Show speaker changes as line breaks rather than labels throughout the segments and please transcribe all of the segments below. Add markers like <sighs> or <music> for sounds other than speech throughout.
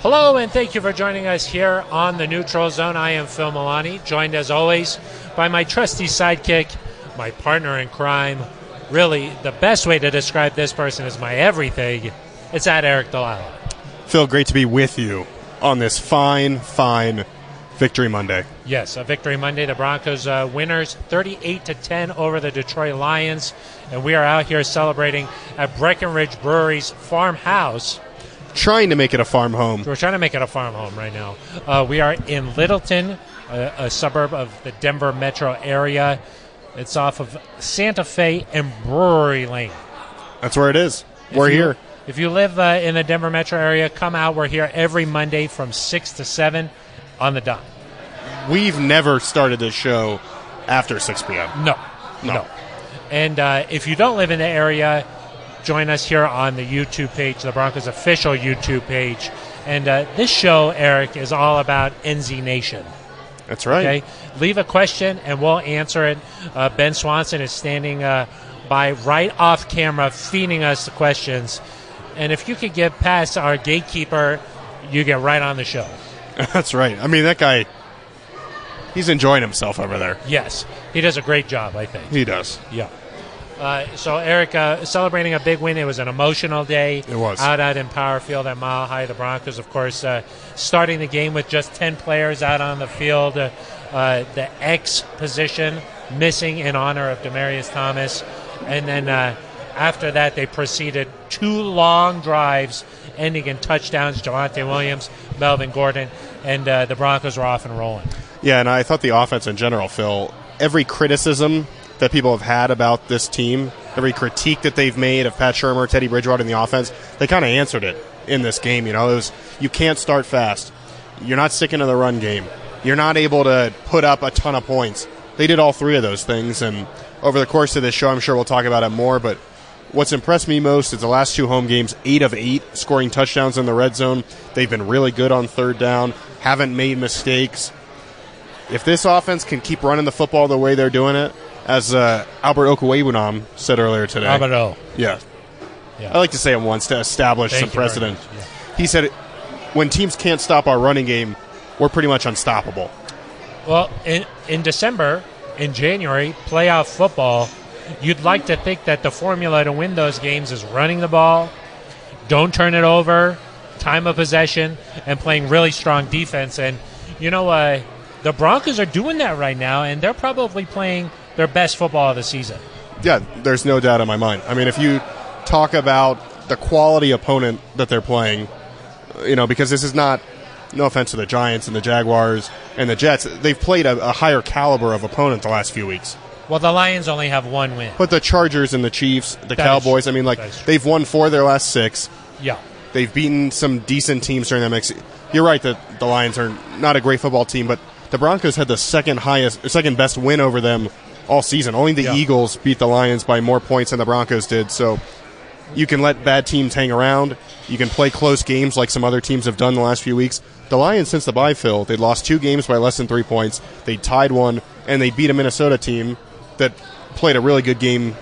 Hello, and thank you for joining us here on the Neutral Zone. I am Phil Milani, joined as always by my trusty sidekick, my partner in crime. Really, the best way to describe this person is my everything. It's at Eric Delilah.
Phil, great to be with you on this fine, fine Victory Monday.
Yes, a victory Monday. The Broncos uh, winners, 38 to 10 over the Detroit Lions, and we are out here celebrating at Breckenridge Brewery's farmhouse.
Trying to make it a farm home.
We're trying to make it a farm home right now. Uh, we are in Littleton, a, a suburb of the Denver metro area. It's off of Santa Fe and Brewery Lane.
That's where it is.
If
We're
you-
here.
If you live uh, in the Denver metro area, come out. We're here every Monday from 6 to 7 on the dot.
We've never started this show after 6 p.m.
No. No.
No.
And uh, if you don't live in the area, join us here on the YouTube page, the Broncos official YouTube page. And uh, this show, Eric, is all about NZ Nation.
That's right.
Okay, leave a question and we'll answer it. Uh, ben Swanson is standing uh, by right off camera, feeding us the questions. And if you could get past our gatekeeper, you get right on the show.
<laughs> That's right. I mean, that guy, he's enjoying himself over there.
Yes, he does a great job, I think.
He does.
Yeah. Uh, so, Eric, uh, celebrating a big win. It was an emotional day.
It was.
Out out in Power Field at Mile High. The Broncos, of course, uh, starting the game with just 10 players out on the field. Uh, uh, the X position missing in honor of Demarius Thomas. And then uh, after that, they proceeded two long drives, ending in touchdowns. Javante Williams, Melvin Gordon, and uh, the Broncos were off and rolling.
Yeah, and I thought the offense in general, Phil, every criticism that people have had about this team, every critique that they've made of Pat Shermer, Teddy Bridgewater in the offense, they kind of answered it in this game. You know, it was you can't start fast. You're not sticking to the run game. You're not able to put up a ton of points. They did all three of those things, and over the course of this show, I'm sure we'll talk about it more. But What's impressed me most is the last two home games, eight of eight, scoring touchdowns in the red zone. They've been really good on third down, haven't made mistakes. If this offense can keep running the football the way they're doing it, as uh, Albert Okwuegbunam said earlier today,
Robert O.
yeah.
Yeah.
I like to say it once to establish
Thank
some
you very
precedent.
much. Yeah.
He said, "When teams can't stop our running game, we're pretty much unstoppable."
Well, in, in December, in January, playoff football, you'd like to think that the formula to win those games is running the ball, don't turn it over, time of possession, and playing really strong defense. And, you know, uh, the Broncos are doing that right now, and they're probably playing their best football of the season.
Yeah, there's no doubt in my mind. I mean, if you talk about the quality opponent that they're playing, you know, because this is not, no offense to the Giants and the Jaguars and the Jets, they've played a, a higher caliber of opponent the last few weeks.
Well, the Lions only have one win.
But the Chargers and the Chiefs, the
That is
Cowboys,
true.
I mean, like,
That is true.
they've won four of their last six.
Yeah.
They've beaten some decent teams during that mix. You're right that the Lions are not a great football team, but the Broncos had the second highest, or second best win over them all season. Only the
Yeah.
Eagles beat the Lions by more points than the Broncos did. So you can let bad teams hang around. You can play close games like some other teams have done the last few weeks. The Lions, since the bye, Phil, they lost two games by less than three points. They tied one, and they beat a Minnesota team that played a really good game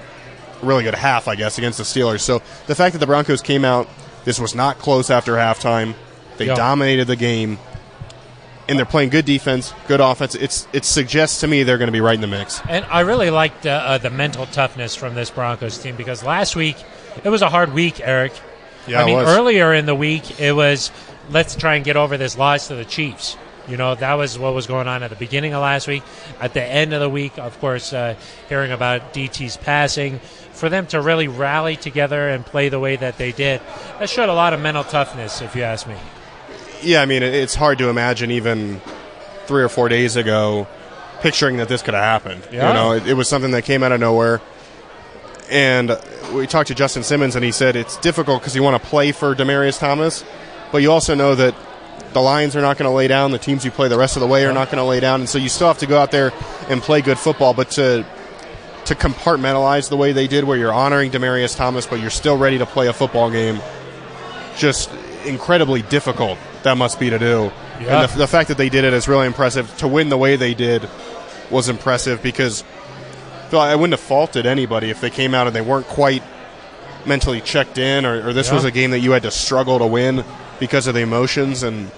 really good half, I guess, against the Steelers. So the fact that the Broncos came out, this was not close after halftime. They
Yeah.
dominated the game, and they're playing good defense, good offense. It's it suggests to me they're going to be right in the mix.
And I really liked uh, uh, the mental toughness from this Broncos team because last week it was a hard week, Eric.
Yeah,
I
it
mean
was.
earlier in the week it was let's try and get over this loss to the Chiefs. You know that was what was going on at the beginning of last week. At the end of the week, of course, uh, hearing about DT's passing, for them to really rally together and play the way that they did, that showed a lot of mental toughness, if you ask me.
Yeah, I mean it, it's hard to imagine even three or four days ago picturing that this could have happened.
Yeah.
You know, it, it was something that came out of nowhere. And we talked to Justin Simmons, and he said it's difficult because you want to play for Demarius Thomas, but you also know that the Lions are not going to lay down. The teams you play the rest of the way are not going to lay down, and so you still have to go out there and play good football. But to to compartmentalize the way they did, where you're honoring Demarius Thomas, but you're still ready to play a football game, just incredibly difficult that must be to do.
Yeah.
And the, the fact that they did it is really impressive. To win the way they did was impressive because Phil, I wouldn't have faulted anybody if they came out and they weren't quite mentally checked in, or, or this
Yeah.
was a game that you had to struggle to win. because of the emotions and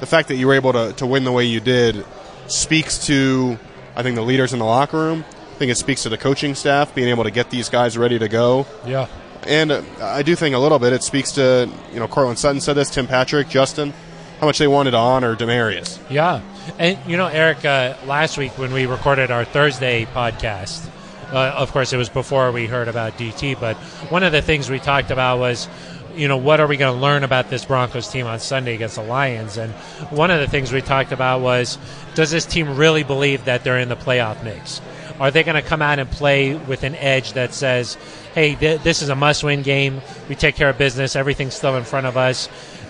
the fact that you were able to, to win the way you did speaks to, I think, the leaders in the locker room. I think it speaks to the coaching staff being able to get these guys ready to go.
Yeah.
And uh, I do think a little bit it speaks to, you know, Cortland Sutton said this, Tim Patrick, Justin, how much they wanted to honor Demarius.
Yeah. And, you know, Eric, uh, last week when we recorded our Thursday podcast, uh, of course, it was before we heard about DT, but one of the things we talked about was, you know, what are we going to learn about this Broncos team on Sunday against the Lions? And one of the things we talked about was, does this team really believe that they're in the playoff mix? Are they going to come out and play with an edge that says, hey, th- this is a must win game. We take care of business. Everything's still in front of us.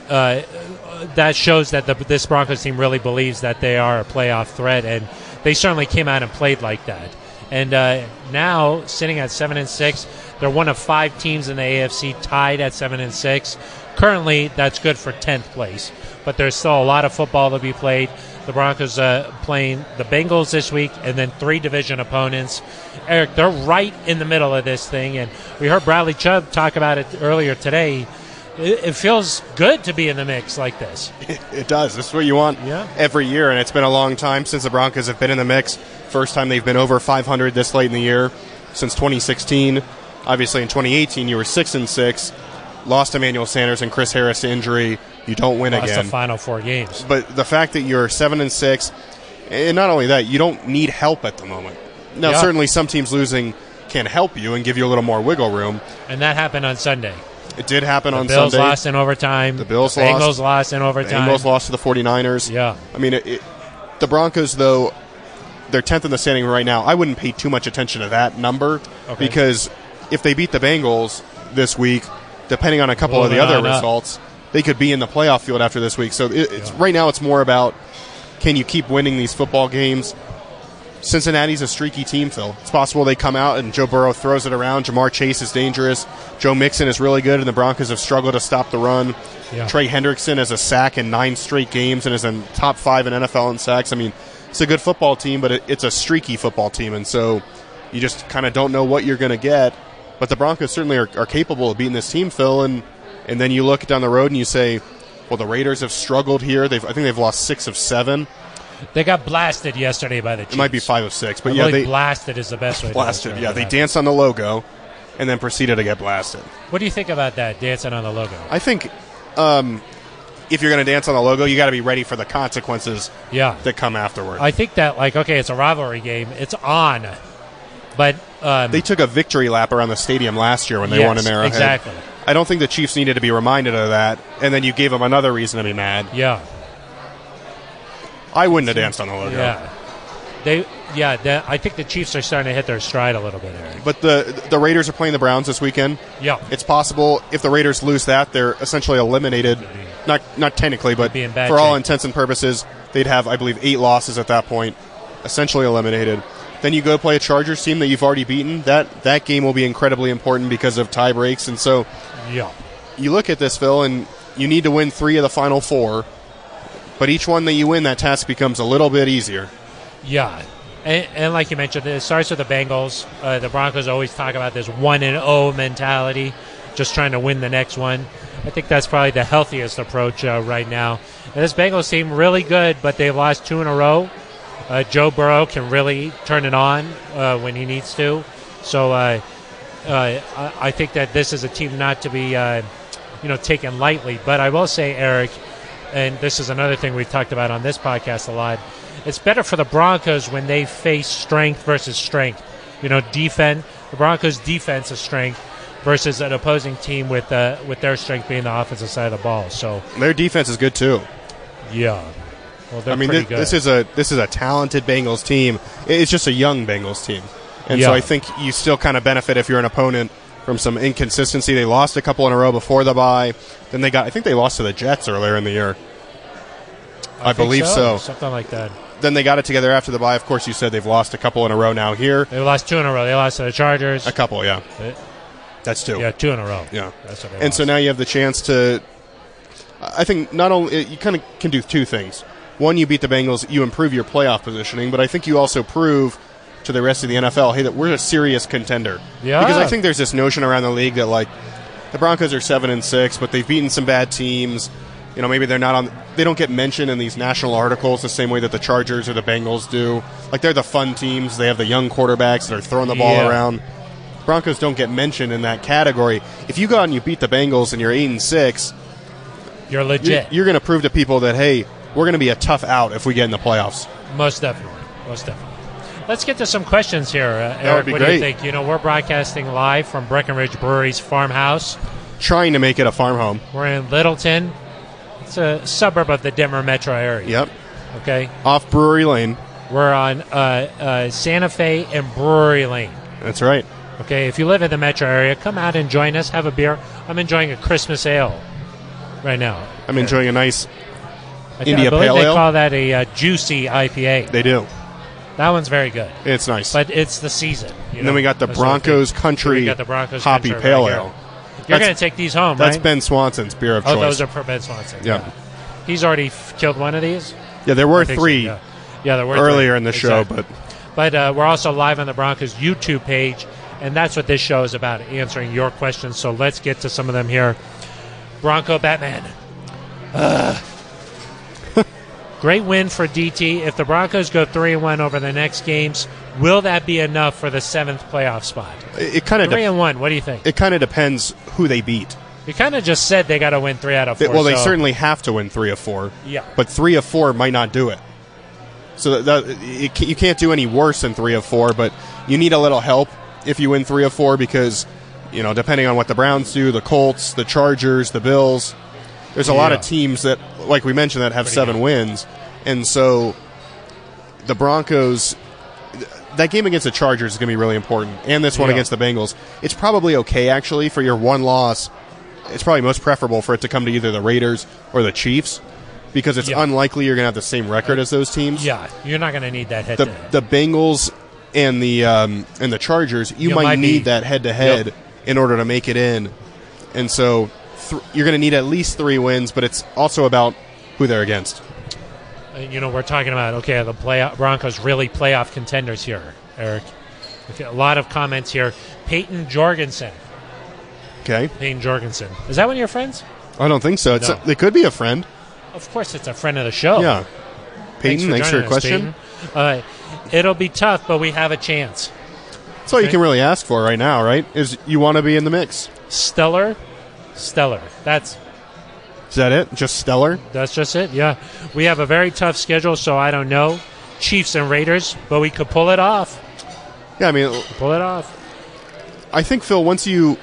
Uh, that shows that the, this Broncos team really believes that they are a playoff threat, and they certainly came out and played like that. And uh, now sitting at seven and six, they're one of five teams in the AFC tied at seven and six. Currently, that's good for tenth place, but there's still a lot of football to be played. The Broncos uh, playing the Bengals this week, and then three division opponents. Eric, they're right in the middle of this thing, and we heard Bradley Chubb talk about it earlier today it, feels good to be in the mix like this.
<laughs> It does. This is what you want
Yeah.
every year, and it's been a long time since the Broncos have been in the mix. First time they've been over 500 this late in the year since 2016. Obviously, in 2018, you were six and six, lost Emmanuel Sanders and Chris Harris to injury. You don't win
That's the
again.
final four games.
but the fact that you're seven and six, and not only that, you don't need help at the moment. Now,
Yeah.
certainly, some teams losing can help you and give you a little more wiggle room.
And that happened on Sunday.
It did happen on
Bills
Sunday.
lost in overtime. The
Bills
Bengals
lost.
lost. in overtime.
Bengals lost to the 49ers.
Yeah.
I mean, it, it, the Broncos, though, they're 10th in the standing right now. I wouldn't pay too much attention to that number
Okay.
because if they beat the Bengals this week, depending on a couple of the
Moving
other
on up.
results, they could be in the playoff field after this week. So it, it's, right now, it's more about can you keep winning these football games? Cincinnati's a streaky team, Phil. It's possible they come out and Joe Burrow throws it around. Jamar Chase is dangerous. Joe Mixon is really good, and the Broncos have struggled to stop the run.
Yeah.
Trey Hendrickson has a sack in nine straight games and is in top five in NFL in sacks. I mean, it's a good football team, but it, it's a streaky football team, and so you just kind of don't know what you're going to get. But the Broncos certainly are, are capable of beating this team, Phil, and and then you look down the road and you say, well, the Raiders have struggled here. They've I think they've lost six of seven.
They got blasted yesterday by the Chiefs.
It might be five of six, but
But
yeah,
really
they
blasted is the best way. to
blasted.
describe
Yeah, they
that.
danced on the logo and then proceeded to get blasted.
What do you think about that dancing on the logo?
I think um, if you're going to dance on the logo, you got to be ready for the consequences
Yeah,
that come afterward.
I think that like okay, it's a rivalry game. It's on, but um,
they took a victory lap around the stadium last year when they
Yes,
won in Arrowhead.
exactly.
I don't think the Chiefs needed to be reminded of that, and then you gave them another reason to be mad.
yeah,
I wouldn't have danced on the logo.
yeah, they yeah. The, I think the Chiefs are starting to hit their stride a little bit, Eric.
But the the Raiders are playing the Browns this weekend.
Yeah,
It's possible if the Raiders lose that, they're essentially eliminated. Not not technically, but
be in bad
for all
shape.
intents and purposes, they'd have, I believe, eight losses at that point, essentially eliminated. Then you go play a Chargers team that you've already beaten. That that game will be incredibly important because of tie breaks, and so
yeah.
you look at this, Phil, and you need to win three of the final four. But each one that you win, that task becomes a little bit easier.
Yeah. And, and like you mentioned, it starts with the Bengals. Uh, the Broncos always talk about this 1 and 0 mentality, just trying to win the next one. I think that's probably the healthiest approach uh, right now. And this Bengals team really good, but they've lost two in a row. Uh, Joe Burrow can really turn it on uh, when he needs to. So uh, uh, I- I think that this is a team not to be, uh, you know, taken lightly. But I will say, Eric, and this is another thing we've talked about on this podcast a lot. It's better for the Broncos when they face strength versus strength. You know, defense. The Broncos' defense is strength versus an opposing team with uh, with their strength being the offensive side of the ball. So
Their defense is good too.
yeah, well, they're
I mean,
pretty
thi-
good.
this is a this is a talented Bengals team. I- It's just a young Bengals team, and so
Yeah.
I think you still kind of benefit if you're an opponent from some inconsistency. They lost a couple in a row before the bye. Then they got, I think they lost to the Jets earlier in the year. I,
think
believe so.
Something like that.
Then they got it together after the bye. Of course, you said they've lost a couple in a row now. Here,
They lost two in a row. They lost to the Chargers.
a couple, yeah,
Uh,
that's two.
Yeah, two in a row.
Yeah.
that's what they
And so
lost.
now you have the chance to. I think not only you kind of can do two things. One, you beat the Bengals, you improve your playoff positioning, but I think you also prove to the rest of the NFL, hey, that we're a serious contender.
Yeah.
Because I think there's this notion around the league that like the Broncos are seven and six, but they've beaten some bad teams. You know, maybe they're not on. They don't get mentioned in these national articles the same way that the Chargers or the Bengals do. Like they're the fun teams. They have the young quarterbacks that are throwing the ball
Yeah.
around. Broncos don't get mentioned in that category. If you go out and you beat the Bengals and you're eight and six,
You're
you're,
legit.
you're going to prove to people that hey, we're going to be a tough out if we get in the playoffs.
Most definitely. Most definitely. Let's get to some questions here, uh, Eric.
would be
what do
great.
you think? You know, we're broadcasting live from Breckenridge Brewery's farmhouse.
Trying to make it a farm home.
We're in Littleton. It's a suburb of the Denver metro area.
Yep,
Okay,
off Brewery Lane.
we're on uh, uh, Santa Fe and Brewery Lane.
That's right.
Okay, if you live in the metro area, come out and join us. Have a beer. I'm enjoying a Christmas ale right now.
I'm enjoying a nice.
I, th-
India
I believe
Pale
they
Ale?
call that a uh, juicy IPA.
They do.
that one's very good,
It's nice.
but it's the season. you
and
know,
then we got the
that's sort of thing.
Broncos Country
We got the Broncos
Hoppy
Country
Pale
right here.
Ale.
You're
That's-
going to take these home,
That's
right?
Ben Swanson's beer of
oh,
choice.
those are for Ben Swanson.
yeah.
he's already f- killed one of these.
Yeah, there were
I think so,
three
yeah. Yeah, there were
earlier
three.
in the show,
Exactly.
but
But uh, we're also live on the Broncos YouTube page, and that's what this show is about answering your questions. So let's get to some of them here. Bronco Batman. Ugh. <laughs> Great win for DT. If the Broncos go 3 and 1 over the next games, will that be enough for the seventh playoff spot?
it kind of
3
de-
and 1, what do you think?
it kind of depends who they beat.
You kind of just said they got to win 3 out of 4.
They- well, they
so-
certainly have to win three of four.
Yeah.
but three of four might not do it. So that, that- it, ca- you can't do any worse than three of four, but you need a little help if you win three of four because you know depending on what the Browns do, the Colts, the Chargers, the Bills. There's a lot of
Yeah.
teams that, like we mentioned, that have seven
good.
wins, and so the Broncos. th- That game against the Chargers is going to be really important, and this one
Yeah.
against the Bengals. It's probably okay actually for your one loss it's probably most preferable for it to come to either the Raiders or the Chiefs because it's
Yeah.
unlikely you're going to have the same record as those teams.
Yeah, you're not going to need that head
The
to head.
the Bengals and the um, and the Chargers, you,
You
might,
might
need
be-
that head to head
Yep.
in order to make it in. And so th- you're going to need at least 3 wins, but it's also about who they're against.
Uh, you know, we're talking about okay, the play- Broncos really playoff contenders here, Eric. Okay, a lot of comments here. Peyton Jorgensen,
Okay?
Peyton Jorgensen, is that one of your friends?
I don't think so. It's
No.
it could be a friend.
Of course, it's a friend of the show.
Yeah. Peyton, thanks, for your
joining us,
question.
Peyton. Uh, it'll be tough, but we have a chance.
That's all you
Okay.
can really ask for right now, right? Is you want to be in the mix.
Stellar, stellar. That's
Is that it? Just stellar?
that's just it. Yeah, we have a very tough schedule, so I don't know. Chiefs and Raiders, but we could pull it off.
Yeah, I mean,
Pull it off.
I think Phil, once you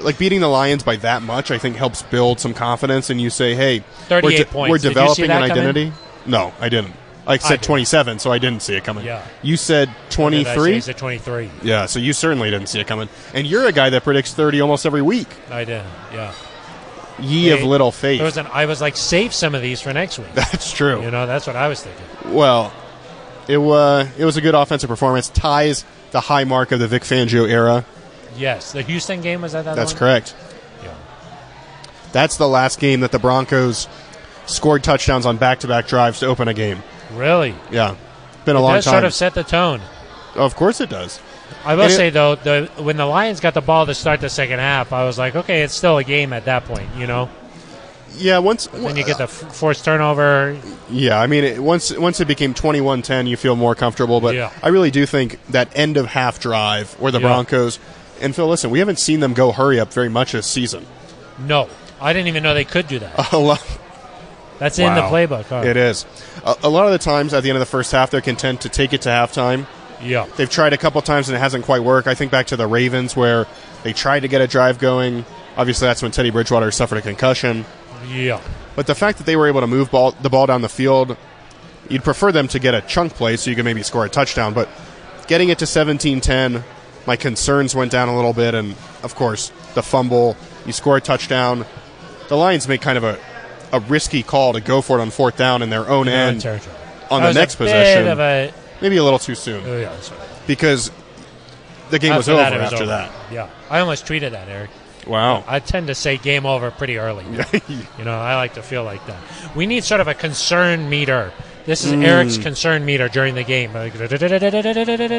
like beating the Lions by that much, I think helps build some confidence, and you say, "Hey, we're
38 points.
We're
Did you see
developing
that
an
coming?
identity." No, I didn't. I said
did.
27, so I didn't see it coming.
Yeah.
You said
Did I say
23.
It's a twenty-three.
Yeah, so you certainly didn't see it coming. And you're a guy that predicts 30 almost every week.
I did. Yeah.
Ye of
Hey,
little faith.
There was an, I was like, save some of these for next week.
<laughs> That's true.
You know, that's what I was thinking.
Well, it was it was a good offensive performance. Ties the high mark of the Vic Fangio era.
Yes, the Houston game was that. that
That's
one?
correct.
Yeah.
That's the last game that the Broncos scored touchdowns on back-to-back drives to open a game.
Really,
Yeah, been a long
that
time.
sort of set the tone.
of course, it does.
I will
And it-
say though, the when the Lions got the ball to start the second half, I was like, okay, it's still a game at that point. You know,
Yeah, once
when you get the f- forced turnover,
yeah, I mean, it, once once it became 21-10, you feel more comfortable. But
Yeah.
I really do think that end of half drive where the
Yeah.
Broncos and Phil, listen, we haven't seen them go hurry up very much this season. <laughs>
no, I didn't even know they could do that.
A lot,
That's in the
Wow.
playbook. huh?
It is. A, a lot of the times at the end of the first half, they're content to take it to halftime.
Yeah,
They've tried a couple times and it hasn't quite worked. I think back to the Ravens where they tried to get a drive going. Obviously, that's when Teddy Bridgewater suffered a concussion.
yeah,
But the fact that they were able to move ball, the ball down the field, you'd prefer them to get a chunk play so you can maybe score a touchdown. But getting it to 17 10, my concerns went down a little bit. And of course, the fumble, you score a touchdown. The Lions make kind of a, a risky call to go for it on fourth down in their own
They're in
end,
territory.
on
That
the
was a
next
bit
possession.
of a-
maybe a little too soon
oh, yeah, sorry.
because the game was
After
over
that, it was
after
over.
that.
Yeah, I almost tweeted that, Eric.
Wow.
I tend to say game over pretty
<laughs>
early. You know, I like to feel like that. We need sort of a concern meter. This is
Mm.
Eric's concern meter during the game. Like,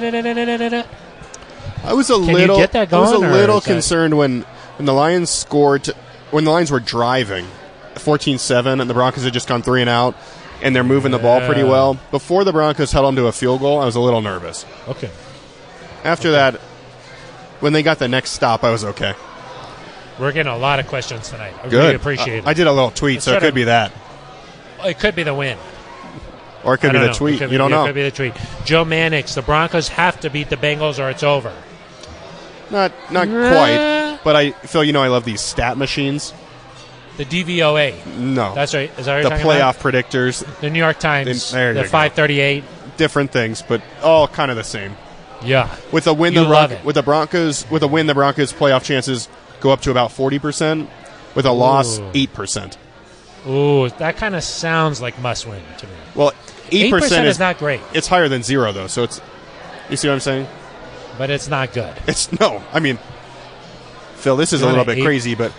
I was a
you
little.
get that
I was a
going, or
little
is that-
concerned when when the Lions scored when the Lions were driving 14-7, and the Broncos had just gone three and out, and they're moving the ball pretty
Yeah.
well. Before the Broncos held on to a field goal, I was a little nervous.
Okay.
After that, when they got the next stop, I was okay.
We're getting a lot of questions tonight. I
Good. Uh,
really appreciate
I, I
it.
did a little tweet, so it
Instead
could
of-
be that,
it could be the win.
or it could
I
be
don't
the
know. It
tweet.
could-
you don't
yeah,
know.
It could be the tweet. Joe Mannix, the Broncos have to beat the Bengals or it's over.
Not not quite. But I Phil, you know I love these stat machines.
The DVOA.
No.
That's right. Is that what you're
the
talking about?
playoff predictors,
The New York Times.
Then- there
the
you go.
538.
different things, but all kind of the same.
Yeah.
With a win
You
the
love
Bron-
it.
with the Broncos with a win the Broncos playoff chances go up to about 40%, with a loss
Ooh.
8%.
Ooh, that kind of sounds like must win to me.
Well, 8%,
8%
is,
is not great,
it's higher than 0 though, so it's you see what I'm saying?
but it's not good.
It's <laughs> no. I mean Phil, this is
You
a
want
little
an
bit
eight?
crazy, but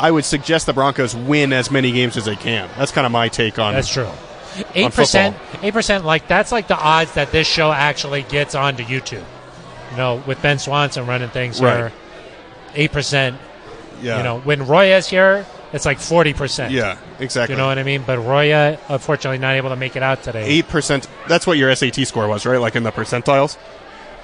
I would suggest the Broncos win as many games as they can. That's kind of my take on
That's true. Eight percent, eight percent. Like that's like the odds that this show actually gets onto YouTube. You know, with Ben Swanson running things
Right.
here, eight percent.
yeah.
You know, when Roya is here, it's like forty percent.
Yeah, exactly.
You know what I mean? But Roya, unfortunately, not able to make it out today.
eight percent. That's what your SAT score was, right? Like in the percentiles,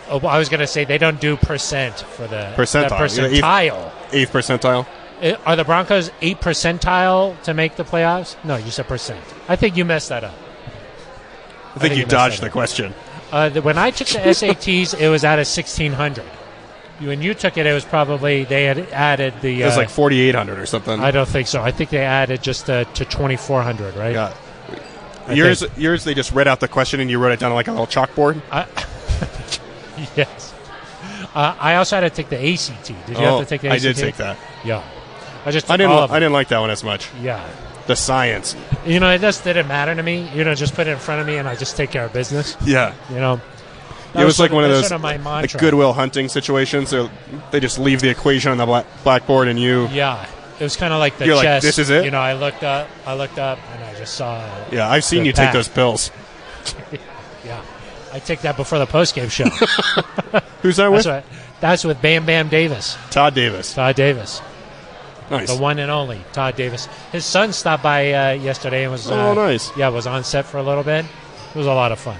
Oh, I was gonna say they don't do percent for the
Percentile.
The
You know,
percentile.
eighth percentile.
Uh, Are the Broncos eight percentile to make the playoffs? No, you said percent. I think you messed that up.
I think
think
you
you
dodged
messed that
the
up.
question.
Uh, the, when I took the SATs, it was out of sixteen hundred. When you took it, it was probably they had added the.
It was
uh,
like forty eight hundred or something.
I don't think so. I think they added just uh, to twenty four hundred, right?
yeah. Yours, yours. They just read out the question and you wrote it down on like a little chalkboard.
<laughs> Yes. Uh, I also had to take the ACT. Did you
oh,
have to take the ACT?
I did take that.
Yeah. I just. Took
I didn't.
All
li-
of
I didn't like that one as much.
them. Yeah.
The science.
You know, it just didn't matter to me. You know, just put it in front of me, and I just take care of business.
Yeah.
You know. That
It was,
sort
like
of-
one of
that's
those
Sort of my
like
mantra.
Goodwill Hunting situations. They're, they just leave the equation on the black, blackboard and you.
Yeah. It was kind of like the
You're like,
chess.
"This is it?"
You know, I looked up. I looked up, and I just saw. it.
Yeah, I've seen
The
you take
pack.
those pills.
Yeah, I take that before the postgame
<laughs>
show.
Who's that with?
that's, what, that's with Bam Bam Davis,
Todd Davis.
Todd Davis,
Nice.
the one and only Todd Davis. His son stopped by uh, yesterday and was
Oh,
uh,
nice.
Yeah, was on set for a little bit. It was a lot of fun.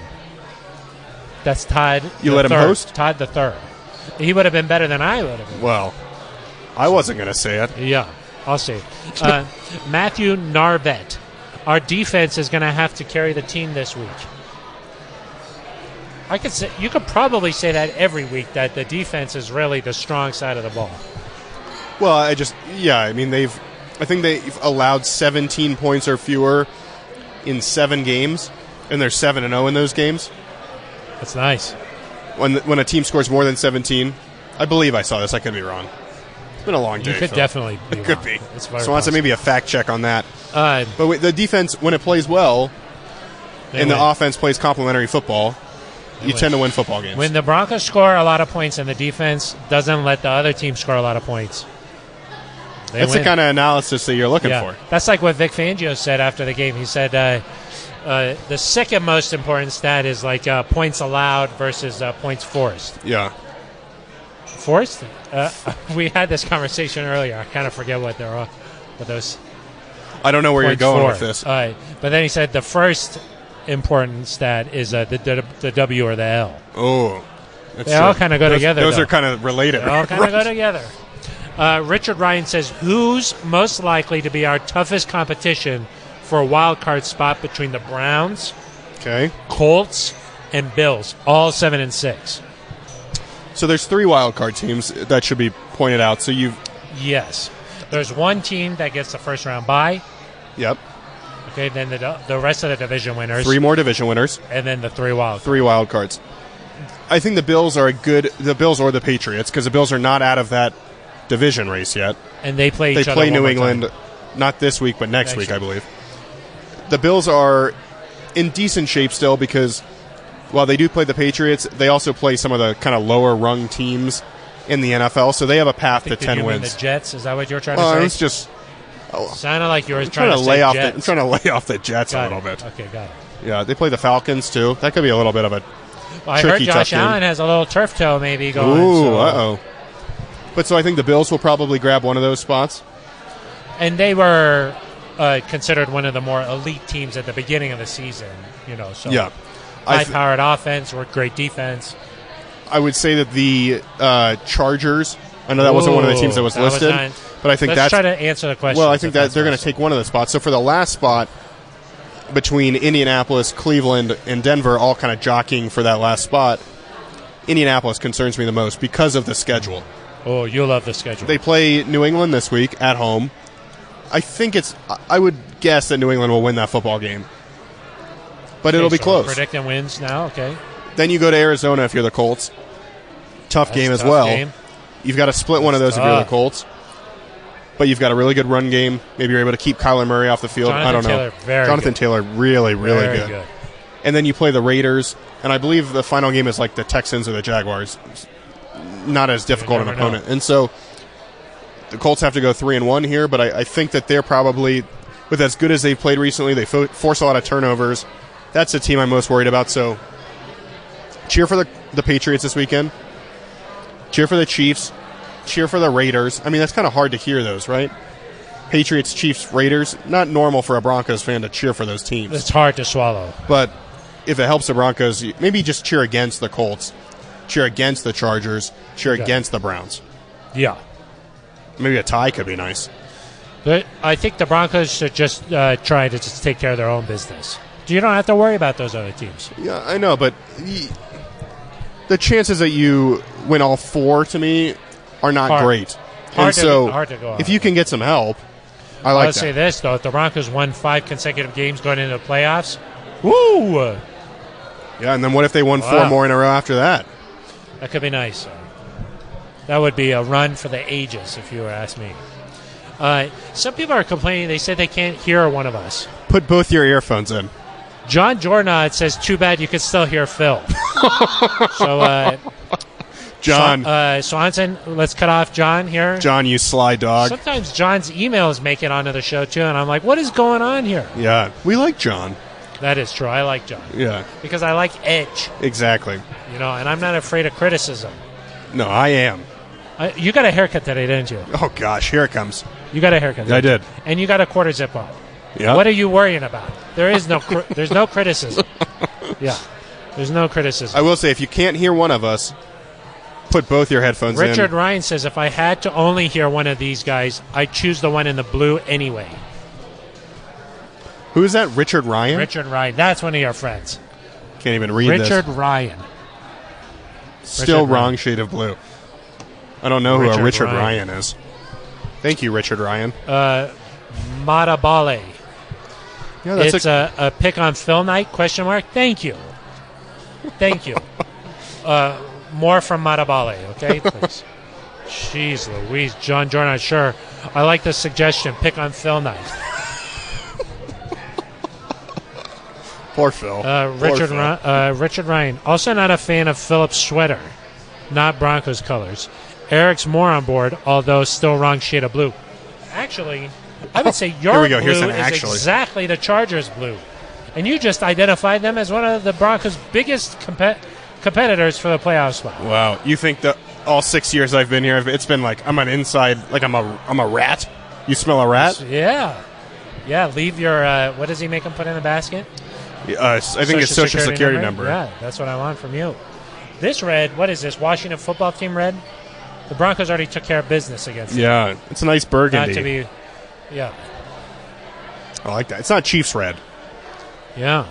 That's Todd.
You
the
let him
third.
host?
Todd the third. He would have been better than I would have been.
Well, I wasn't gonna say it.
Yeah, I'll see. <laughs> Uh, Matthew Narvet. Our defense is going to have to carry the team this week. I could say you could probably say that every week that the defense is really the strong side of the ball.
Well, I just yeah, I mean they've I think they've allowed 17 points or fewer in 7 games and they're 7 and 0 in those games.
That's nice.
When when a team scores more than 17, I believe I saw this, I could be wrong. It's been a long day.
You could
Phil.
definitely be
<laughs> it could
wrong.
be.
It's
So
very
Swanson,
possible.
maybe a fact check on that.
Uh,
But wait, the defense when it plays well
they
and
win.
the offense plays complementary football, you
win.
tend to win football games.
when the Broncos score a lot of points and the defense doesn't let the other team score a lot of points, they
That's
win.
the kind of analysis that you're looking for.
That's like what Vic Fangio said after the game. He said uh, uh, the second most important stat is like uh, points allowed versus uh, points forced.
Yeah.
Forced? Uh, <laughs> we had this conversation earlier. I kind of forget what they're all, what those
I don't know where
points
you're going
for.
with this.
Uh, but then he said the first important stat is uh, the, the the W or the L.
oh. That's
They all
true.
kinda go
Those-
together,
Those
though.
are kind of related.
They all kind of
Right.
go together. Uh, Richard Ryan says, "Who's most likely to be our toughest competition for a wild card spot between the Browns?"
Okay.
Colts and Bills, all seven and six.
So there's three wild card teams that should be pointed out. So you've
Yes, there's one team that gets the first round bye.
yep,
Okay, then the the rest of the division winners,
three more division winners,
and then the three wild.
three wild cards. I think the Bills are a good the Bills or the Patriots because the Bills are not out of that division race yet.
And they play.
They
each other
play
one
New
more
England
time.
not this week but next,
Next
week, I
week.
believe. The Bills are in decent shape still because while they do play the Patriots, they also play some of the kind of lower rung teams in the NFL, so they have a path to
Did
ten
you mean
wins.
The Jets? Is that what you're trying
Well,
to
it's
say?
just
Sounded like you were
trying,
trying,
to lay
say
off. The,
Jets.
I'm trying to lay off the Jets
Got
a little
it.
bit.
Okay, got it.
Yeah, they play the Falcons too. That could be a little bit of a
Well, I heard
Tricky
Josh
tucked in.
Allen has a little turf toe maybe going.
ooh,
so-
uh oh. But so I think the Bills will probably grab one of those spots.
And they were uh, considered one of the more elite teams at the beginning of the season. You know, so
yeah. I, th-
high-powered offense or great defense.
I would say that the uh, Chargers. I know that wasn't one of the teams that was
Ooh, that was
listed,
not-
but I think
Let's
that's
try to answer the question.
Well, I think that they're going to take one of the spots. So for the last spot between Indianapolis, Cleveland, and Denver, all kind of jockeying for that last spot, Indianapolis concerns me the most because of the schedule.
Oh, you love the schedule.
They play New England this week at home. I think it's. I- I would guess that New England will win that football game, but it'll be
Okay, so we're
close.
Predicting wins now. Okay,
Then you go to Arizona if you're the Colts. Tough game as
That's a tough
well.
game.
You've got to split one of those if you're the
tough.
Colts. But you've got a really good run game. Maybe you're able to keep Kyler Murray off the field. I
Jonathan
don't know.
Taylor, very
Jonathan
good.
Taylor, really, really
Very
good. And then you play the Raiders, and I believe the final game is like the Texans or the Jaguars. Not as difficult an
never know.
opponent. And so the Colts have to go three and one here, but I, I think that they're probably with as good as they've played recently. They fo- force a lot of turnovers. That's the team I'm most worried about. So cheer for the the Patriots this weekend. Cheer for the Chiefs. Cheer for the Raiders. I mean, that's kind of hard to hear those, right? Patriots, Chiefs, Raiders. Not normal for a Broncos fan to cheer for those teams.
It's hard to swallow.
But if it helps the Broncos, you- maybe just cheer against the Colts, cheer against the Chargers, cheer
Okay.
against the Browns.
Yeah.
Maybe a tie could be nice.
But I think the Broncos should just uh, try to just take care of their own business. You don't have to worry about those other teams.
Yeah, I know, but y- the chances that you win all four to me are not
Hard.
great.
Hard
and
to-
so,
hard to go out.
if you can get some help, I like
Let's say
that.
this though: if the Broncos won five consecutive games going into the playoffs, woo,
Yeah, and then what if they won four
Wow.
more in a row after that?
that could be nice. That would be a run for the ages, if you were asked me. Uh, some people are complaining. They said they can't hear one of us.
Put both your earphones in.
John Jornad says, "Too bad you could still hear
<laughs>
Phil." so, uh,
John,
uh, Swanson, let's cut off John here.
John, you sly dog.
Sometimes John's emails make it onto the show too, and I'm like, "What is going on here?"
yeah, we like John.
That is true. I like John
Yeah,
because I like edge,
exactly.
you know, and I'm not afraid of criticism.
No, I am.
I, you got a haircut today, didn't you?
Oh gosh, here it comes.
You got a haircut.
I did.
And you got a quarter zip on.
Yeah.
What are you worrying about? There is no cri- there's no
<laughs>
criticism. Yeah. There's no criticism.
I will say, if you can't hear one of us, put both your headphones
Richard
in.
Ryan says if I had to only hear one of these guys, I'd choose the one in the blue anyway.
Who is that? Richard Ryan?
Richard Ryan, that's one of your friends.
can't even read
Richard Ryan.
this. Still
Richard
wrong
Ryan.
shade of blue. I don't know who
Richard
a Richard Ryan.
Ryan.
is. Thank you, Richard Ryan.
Uh Matabale.
yeah,
it's uh, a, a pick on Phil Knight question mark. Thank you. Thank you. uh, more from Matabale, okay? Please. Jeez Louise, John Jordan, sure. I like the suggestion. Pick on Phil Knight.
poor Phil.
Uh,
Poor
Richard,
Phil.
Ry- uh, Richard Ryan, also not a fan of Phillips' sweater, not Broncos colors. Eric's more on board, although still wrong shade of blue. Actually, I would say your
Oh, Here we go.
blue
Here's an
is
actually.
exactly the Chargers' blue, and you just identified them as one of the Broncos' biggest compet competitors for the playoff spot.
Wow, you think that all six years I've been here, it's been like I'm an inside, like I'm a, I'm a rat. You smell a rat?
Yeah, yeah. Leave your uh, what does he make them put in the basket?
Uh, I think it's social security, number.
Yeah, that's what I want from you. This red, what is this? Washington football team red. The Broncos already took care of business against. them.
Yeah. it's a nice
Not
burgundy.
to be. Yeah,
I like that. It's not Chiefs red.
yeah.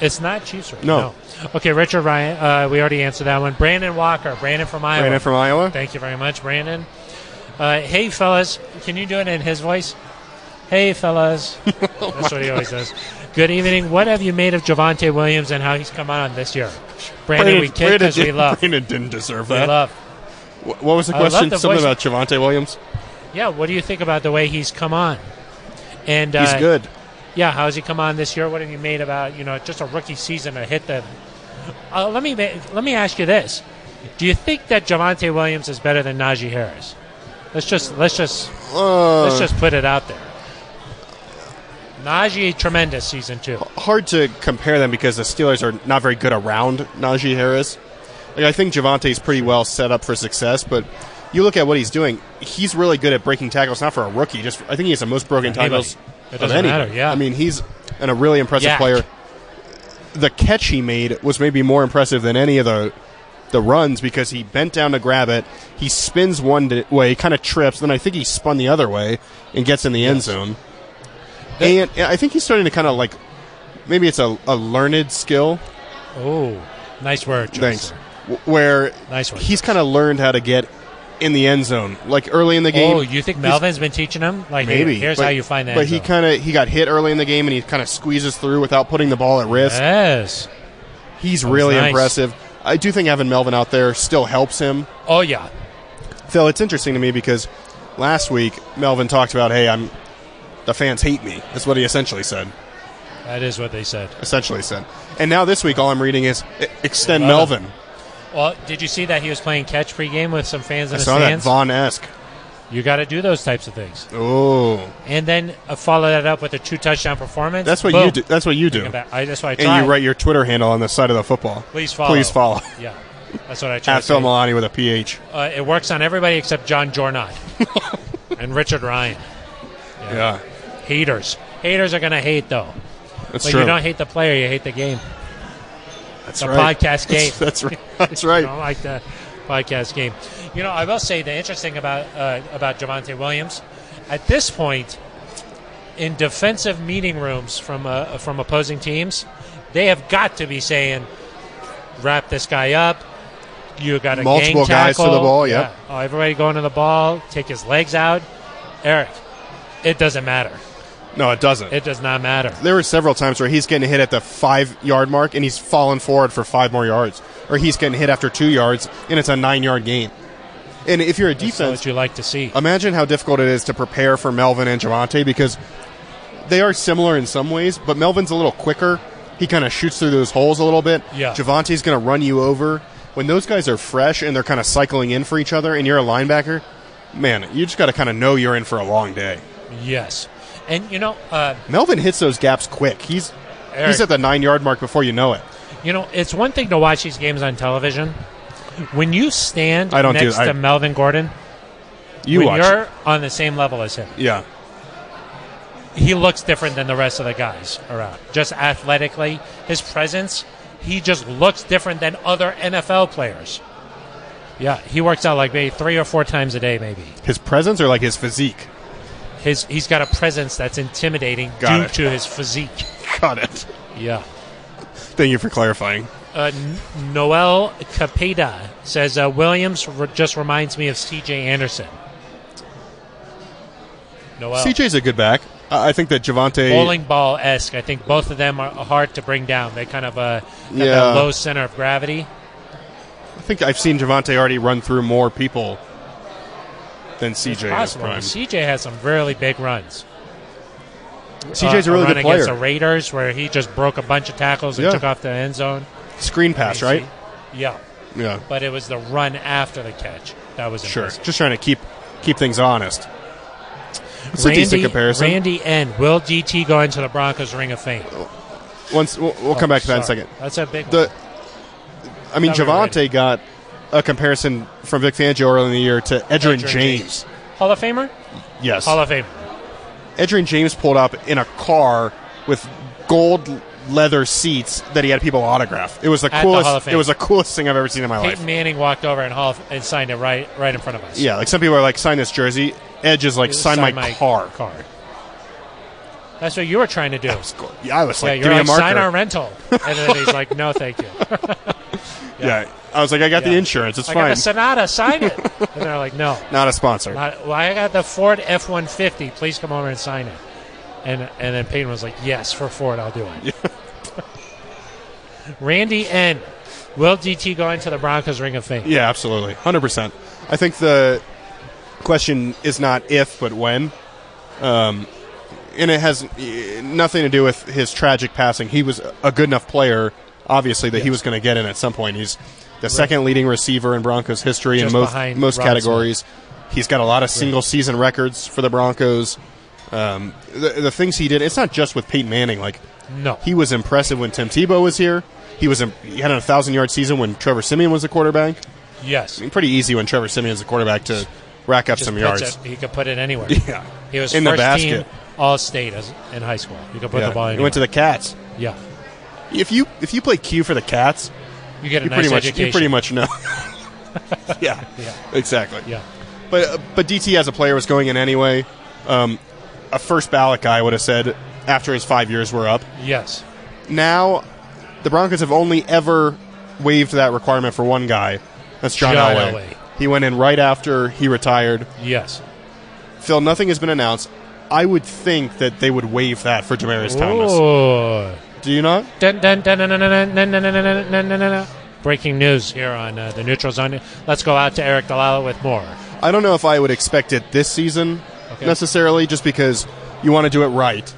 It's not Chiefs red.
No.
Okay, Richard Ryan. Uh, we already answered that one. Brandon Walker. Brandon from Iowa.
Brandon from Iowa.
Thank you very much, Brandon. Uh, hey, fellas, can you do it in his voice? Hey,
<laughs>
fellas. That's what he always does. Good evening. What have you made of Javante Williams and how he's come on this year? Brandon, we kick because we
didn't- <laughs>
love.
Brandon didn't deserve
We
that.
love.
Wh- What was the
I love
question?
the
Something
voice-
about Javante Williams.
Yeah, what do you think about the way he's come on? And uh,
He's good.
Yeah, how's he come on this year? What have you made about you know just a rookie season to hit the? Uh, let me ma- let me ask you this: Do you think that Javante Williams is better than Najee Harris? Let's just let's just
Uh,
let's just put it out there. Najee, tremendous season two.
hard to compare them because the Steelers are not very good around Najee Harris. Like, I think Javante's pretty well set up for success, but you look at what he's doing. He's really good at breaking tackles, not for a rookie. Just I think he has the most broken
Anybody.
tackles
It
of
doesn't
any.
matter, yeah.
I mean, he's and a really impressive
Yak.
player. The catch he made was maybe more impressive than any of the the runs because he bent down to grab it. He spins one di- way, kind of trips, then I think he spun the other way and gets in the end zone. And and I think he's starting to kind of like maybe it's a, a learned skill.
Oh, nice word. Johnson.
Thanks. W- Where
Nice one.
he's kind of learned how to get in the end zone, like early in the game.
Oh, you think
he's-
Melvin's been teaching him? Like, here-
Maybe.
here's
but-
how you find that.
But he kind of he got hit early in the game, and he kind of squeezes through without putting the ball at risk.
yes.
He's really
nice.
impressive. I do think having Melvin out there still helps him.
Oh yeah.
Phil, it's interesting to me because last week Melvin talked about, "Hey, I'm the fans hate me." That's what he essentially said.
That is what they said.
Essentially said. And now this week, all I'm reading is "E- extend
Love
Melvin.
Well, did you see that he was playing catch pregame with some fans in
I
the
saw that
stands?
Von esque.
you got to do those types of things,
Oh,
and then uh, follow that up with a two touchdown performance.
that's what
Boom.
you do. That's what you do.
Think about- I, that's why I tried.
And you write your Twitter handle on the side of the football.
Please follow.
Please follow.
Yeah, that's what I tried.
At
to
Phil
do.
Milani with a PH.
Uh, it works on everybody except John
<laughs>
Jornot and Richard Ryan.
Yeah,
Haters. Haters are going to hate though.
that's
But
true.
you don't hate the player, you hate the game.
That's
the
right.
podcast game.
That's, that's right. <laughs> That's right.
I don't like the podcast game. You know, I will say the interesting about uh, about Javante Williams at this point in defensive meeting rooms from uh, from opposing teams, they have got to be saying, "Wrap this guy up." You got a
Multiple
gang
guys to
tackle.
the ball, yep.
Oh, everybody going to the ball. Take his legs out, Eric. It doesn't matter.
No, it doesn't.
It does not matter.
there were several times where he's getting hit at the five yard mark and he's falling forward for five more yards, or he's getting hit after two yards and it's a nine yard gain. And if you're a
That's
defense,
what you like to see.
imagine how difficult it is to prepare for Melvin and Javante because they are similar in some ways, but Melvin's a little quicker. He kind of shoots through those holes a little bit.
Yeah.
Javante's going to run you over. When those guys are fresh and they're kind of cycling in for each other, and you're a linebacker, man, you just got to kind of know you're in for a long day.
Yes, and you know. Uh,
Melvin hits those gaps quick. He's
Eric.
he's at the nine yard mark before you know it.
You know, it's one thing to watch these games on television. When you stand
I don't do-
next
I-
to Melvin Gordon,
You
when
watch.
you're on the same level as him,
yeah.
he looks different than the rest of the guys around. Just athletically, his presence, he just looks different than other NFL players. Yeah, he works out like maybe three or four times a day, maybe.
His presence or like his physique. <laughs>
His he's got a presence that's intimidating
Got
due
it.
to his physique.
Got it.
Yeah.
Thank you for clarifying.
Uh, N- Noel Capeda says uh, Williams re- just reminds me of C.J. Anderson. Noel,
CJ's a good back. I I think that Javante.
Oh. bowling ball esque. I think both of them are hard to bring down. They kind of uh, have
Yeah.
that low center of gravity.
I think I've seen Javante already run through more people than CJ in his
Possible.
prime.
C.J. has some really big runs.
CJ's a
Uh,
really
run
good
against the
player.
Raiders where he just broke a bunch of tackles and
Yeah.
took off the end zone.
Screen pass, right?
Yeah,
Yeah,
but it was the run after the catch that was
sure.
impressive.
Just trying to keep keep things honest. It's a decent comparison.
Randy N. Will DT go into the Broncos Ring of Fame?
Once we'll, we'll come back to that in a second.
That's a big
The, I mean,
Not really ready.
Javante got a comparison from Vic Fangio early in the year to Edrin,
Edgerrin
James.
one. Hall of Famer?
Yes,
Hall of Famer.
Edrin James pulled up in a car with gold leather seats that he had people autograph. It was the
At the
coolest.
Hall of Fame.
it was the coolest thing I've ever seen in my life.
Peyton Manning walked over and Hall of, and signed it right right in front of us.
Yeah, like some people are like, sign this jersey. Edge is like,
It was
sign, my, car.
Card. That's what you were trying to do.
That was cool. Yeah, I was
yeah,
like,
you're
give
like
me a marker.
sign our rental, and then he's like, "No, thank
<laughs>
you.
yeah. I was like, I got
Yeah.
the insurance. It's
I got
fine.
the Sonata, sign
<laughs>
it." And they're like, "No,
Not a sponsor.
not, well, I got the Ford F150. Please come over and sign it." And and then Peyton was like, "Yes, for Ford, I'll do it." <laughs> Randy N. Will DT go into the Broncos Ring of Fame?
yeah, absolutely, hundred percent. I think the question is not if, but when. Um, and it has eh, nothing to do with his tragic passing. He was a good enough player, obviously, that he was going to get in at some point. He's the second leading receiver in Broncos history
Just
in most
behind
most
Rod Smith.
categories. He's got a lot of single season records for the Broncos. Um, the, the things he did, it's not just with Peyton Manning. Like
No.
He was impressive when Tim Tebow was here. He was im- he had a thousand yard season when Trevor Simeon was the quarterback. I
Yes.
mean, pretty easy when Trevor Simeon's the quarterback to rack up
Just
some
puts
yards.
it- he could put it
<laughs>
anywhere.
Yeah.
He was
In the
first team
basket.
All State as, in high school. You could put
Yeah.
the ball.
He went to the Cats.
yeah.
If you if you play Q for the Cats,
You get a
you
nice
pretty much
education.
you pretty
<laughs>
much know. yeah,
Yeah.
exactly.
yeah.
But uh, but DT as a player was going in anyway. Um, a first ballot guy would have said after his five years were up.
Yes.
Now the Broncos have only ever waived that requirement for one guy. That's John,
John
Elway.
Elway.
He went in right after he retired.
Yes.
Phil, nothing has been announced. I would think that they would waive that for Demarius
Oh.
Thomas.
Ooh.
Do you not?
Dun, dun, dun, dun, dun, dun, dun, dun, dun, dun, dun, dun, dun, dun. Breaking news here on uh, the Neutral Zone. Let's go out to Eric Dalala with more.
I don't know if I would expect it this season
Okay.
necessarily, just because you want to do it right.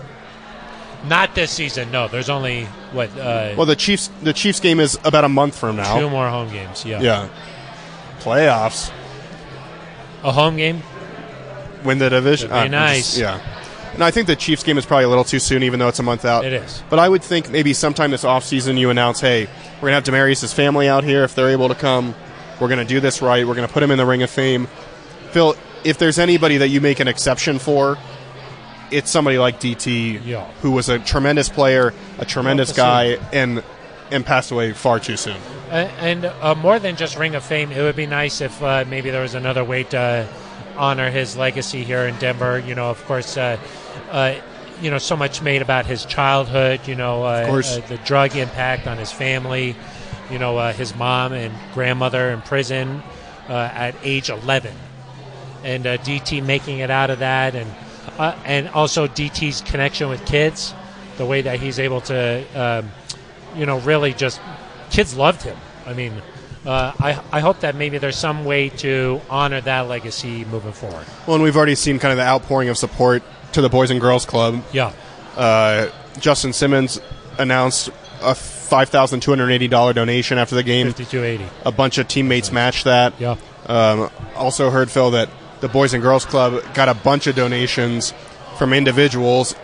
Not this season. No, there's only what uh,
Well, the Chiefs the Chiefs game is about a month from now.
two more home games. Yeah.
Yeah, playoffs,
A home game.
win the division.
That'd be
Ah, I'm
nice.
just- yeah, and I think the Chiefs game is probably a little too soon, even though it's a month out.
It is.
But I would think maybe sometime this offseason you announce, hey, we're gonna have Demarius's family out here if they're able to come. We're gonna do this right. We're gonna put him in the Ring of Fame. Phil, if there's anybody that you make an exception for, it's somebody like DT,
Yeah.
who was a tremendous player, a tremendous
Well,
guy,
that's
and and passed away far too soon.
Uh, and uh, more than just Ring of Fame, it would be nice if uh, maybe there was another way to honor his legacy here in Denver. You know, of course, uh, uh, you know, so much made about his childhood. You know, uh,
course.
Uh, the drug impact on his family. You know, uh, his mom and grandmother in prison uh, at age 11, and uh, DT making it out of that, and uh, and also DT's connection with kids, the way that he's able to. Um, you know, really just kids loved him. I mean, uh, I I hope that maybe there's some way to honor that legacy moving forward.
Well, and we've already seen kind of the outpouring of support to the Boys and Girls Club.
Yeah,
Uh, Justin Simmons announced a five thousand two hundred eighty dollar donation after the game.
5280.
A bunch of teammates matched that.
Yeah,
Um, also heard Phil that the Boys and Girls Club got a bunch of donations from individuals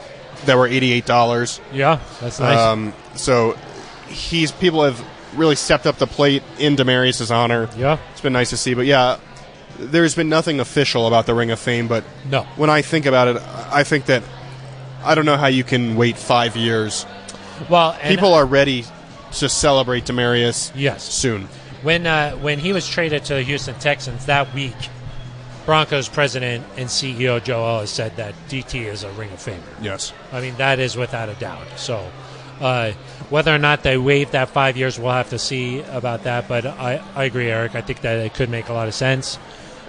that were eighty eight dollars.
yeah, that's nice.
Um, so he's people have really stepped up the plate in Demarius's honor.
yeah,
It's been nice to see, but yeah, there's been nothing official about the Ring of Fame, but
no,
when I think about it, I think that I don't know how you can wait five years.
well, and uh,
People are ready to celebrate Demarius
yes.
soon.
When uh, when he was traded to the Houston Texans that week, Broncos president and CEO Joe Ellis said that DT is a Ring of Famer.
Yes.
I mean, that is without a doubt. So, uh, whether or not they waive that five years, we'll have to see about that. But I, I agree, Eric. I think that it could make a lot of sense.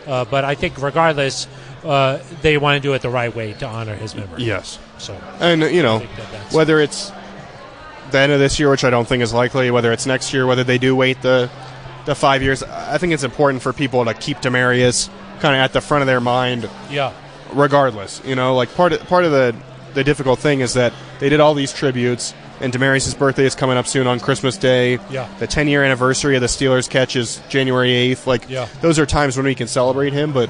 Uh, but I think, regardless, uh, they want to do it the right way to honor his memory.
Yes.
So,
And you know,
think that that's-
whether it's the end of this year, which I don't think is likely, whether it's next year, whether they do wait the the five years, I think it's important for people to keep Demarius kind of at the front of their mind,
yeah,
regardless. You know, like part of part of the the difficult thing is that they did all these tributes, and Demarius's birthday is coming up soon on Christmas Day.
Yeah.
The 10 year anniversary of the Steelers catch is January 8th. Like,
Yeah.
those are times when we can celebrate him, but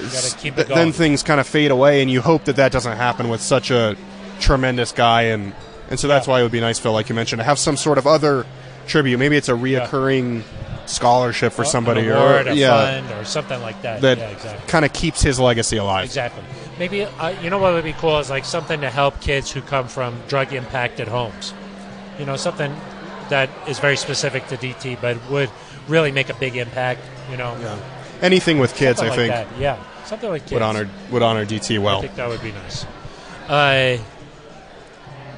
gotta keep
th-
it
then
going.
things kind of fade away, and you hope that that doesn't happen with such a tremendous guy. And, and so that's
Yeah.
why it would be nice, Phil, like you mentioned, to have some sort of other tribute. Maybe it's a reoccurring scholarship for somebody,
an award,
or
a
yeah,
fund, or something like that.
that
yeah, exactly.
kind of keeps his legacy alive.
Exactly. Maybe uh, you know what would be cool is like something to help kids who come from drug impacted homes. You know, something that is very specific to DT, but would really make a big impact. You know,
Anything with kids,
something
I
like
think,
that. Yeah, something like kids.
would honor would honor DT
I
well.
think that would be nice. Uh,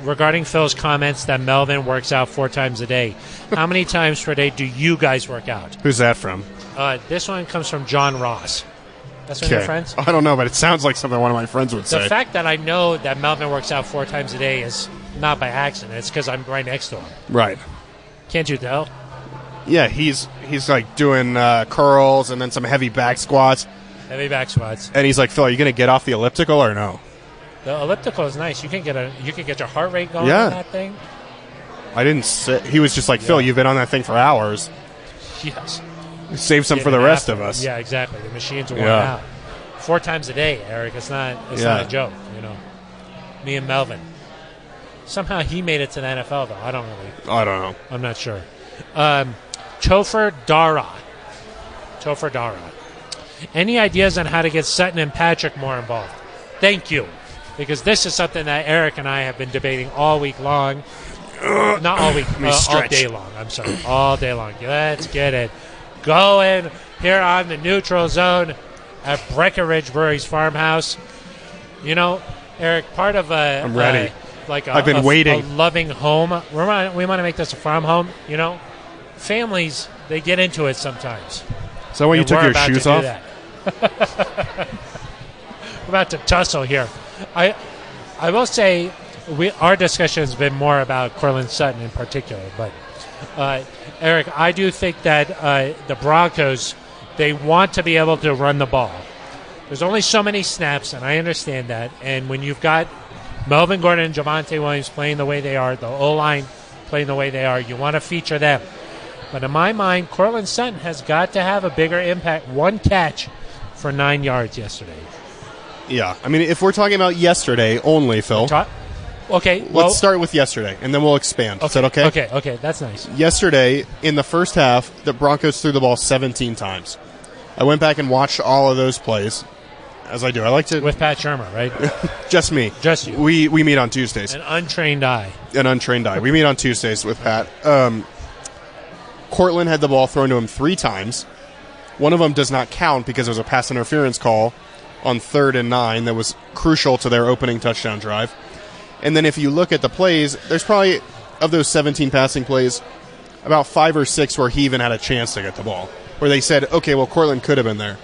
regarding Phil's comments that Melvin works out four times a day, how
<laughs>
many times per day do you guys work out?
Who's that from?
Uh, this one comes from John Ross. That's one of your
Okay.
friends.
I don't know, but it sounds like something one of my friends would
The
say.
fact that I know that Melvin works out four times a day is not by accident. It's because I'm right next to him.
right.
Can't you tell?
Yeah, he's he's like doing uh, curls and then some heavy back squats,
Heavy back squats.
and he's like, "Phil, are you gonna get off the elliptical or no?"
The elliptical is nice. You can get a you can get your heart rate going
Yeah.
on that thing.
I didn't. Sit. He was just like, "Phil, you've been on that thing for hours.
Yes.
Save some for the
Getting
rest
after
of
it.
us."
Yeah, exactly. The machines are worn
Yeah.
out. Four times a day, Eric. It's not it's
Yeah.
not a joke. You know, me and Melvin. Somehow he made it to the NFL though. I don't really.
I don't know.
I'm not sure. Um, Topher Dara. Topher Dara. Any ideas on how to get Sutton and Patrick more involved? Thank you, because this is something that Eric and I have been debating all week long. <clears throat> Not all week,
me
uh, all
stretch.
day long. I'm sorry, all day long. Let's get it going here on the neutral zone at Breckenridge Brewery's farmhouse. You know, Eric, part of a
I'm ready.
a- like i
I've been waiting.
A loving home. We're on- we want to make this a farm home. You know, families they get into it sometimes.
Is that why you
And
took
we're
your
about to
shoes
do
off?
that. <laughs> we're about to tussle here. I I will say we our discussion has been more about Cortland Sutton in particular, but uh, Eric, I do think that uh, the Broncos they want to be able to run the ball. There's only so many snaps, and I understand that. And when you've got Melvin Gordon and Javante Williams playing the way they are, the O line playing the way they are, you want to feature them. But in my mind, Cortland Sutton has got to have a bigger impact. One catch for nine yards yesterday.
Yeah. I mean, if we're talking about yesterday only, Phil,
Ta- okay,
let's
well,
start with yesterday, and then we'll expand. Is that okay?
Okay, okay, that's nice.
yesterday in the first half, the Broncos threw the ball 17 times. I went back and watched all of those plays, as I do. I like to
With Pat Shermer, right?
just me,
Just you.
We we meet on Tuesdays,
An untrained eye.
an untrained eye. We meet on Tuesdays with Pat. Um, Cortland had the ball thrown to him three times. One of them does not count because it was a pass interference call on third and nine that was crucial to their opening touchdown drive. And then if you look at the plays, there's probably of those 17 passing plays, about five or six where he even had a chance to get the ball, where they said, okay, well, Cortland could have been there.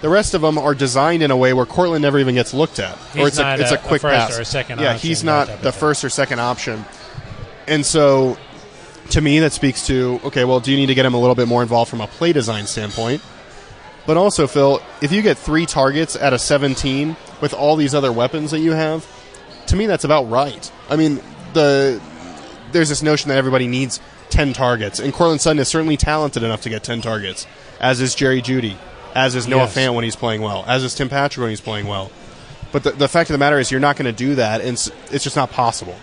The rest of them are designed in a way where Cortland never even gets looked at,
He's
or it's
not
a, it's a
a- a
quick
first
pass.
or a second
yeah,
option,
he's
that
not
type of
the
thing.
first or second option, and so to me that speaks to okay, well, do you need to get him a little bit more involved from a play design standpoint? But also, Phil, if you get three targets out of 17 with all these other weapons that you have, to me that's about right. I mean, the there's this notion that everybody needs 10 targets, and Cortland Sutton is certainly talented enough to get 10 targets, as is Jerry Judy, as is Noah
Yes.
Fant when he's playing well, as is Tim Patrick when he's playing well. But the, the fact of the matter is, you're not going to do that, and it's, it's just not possible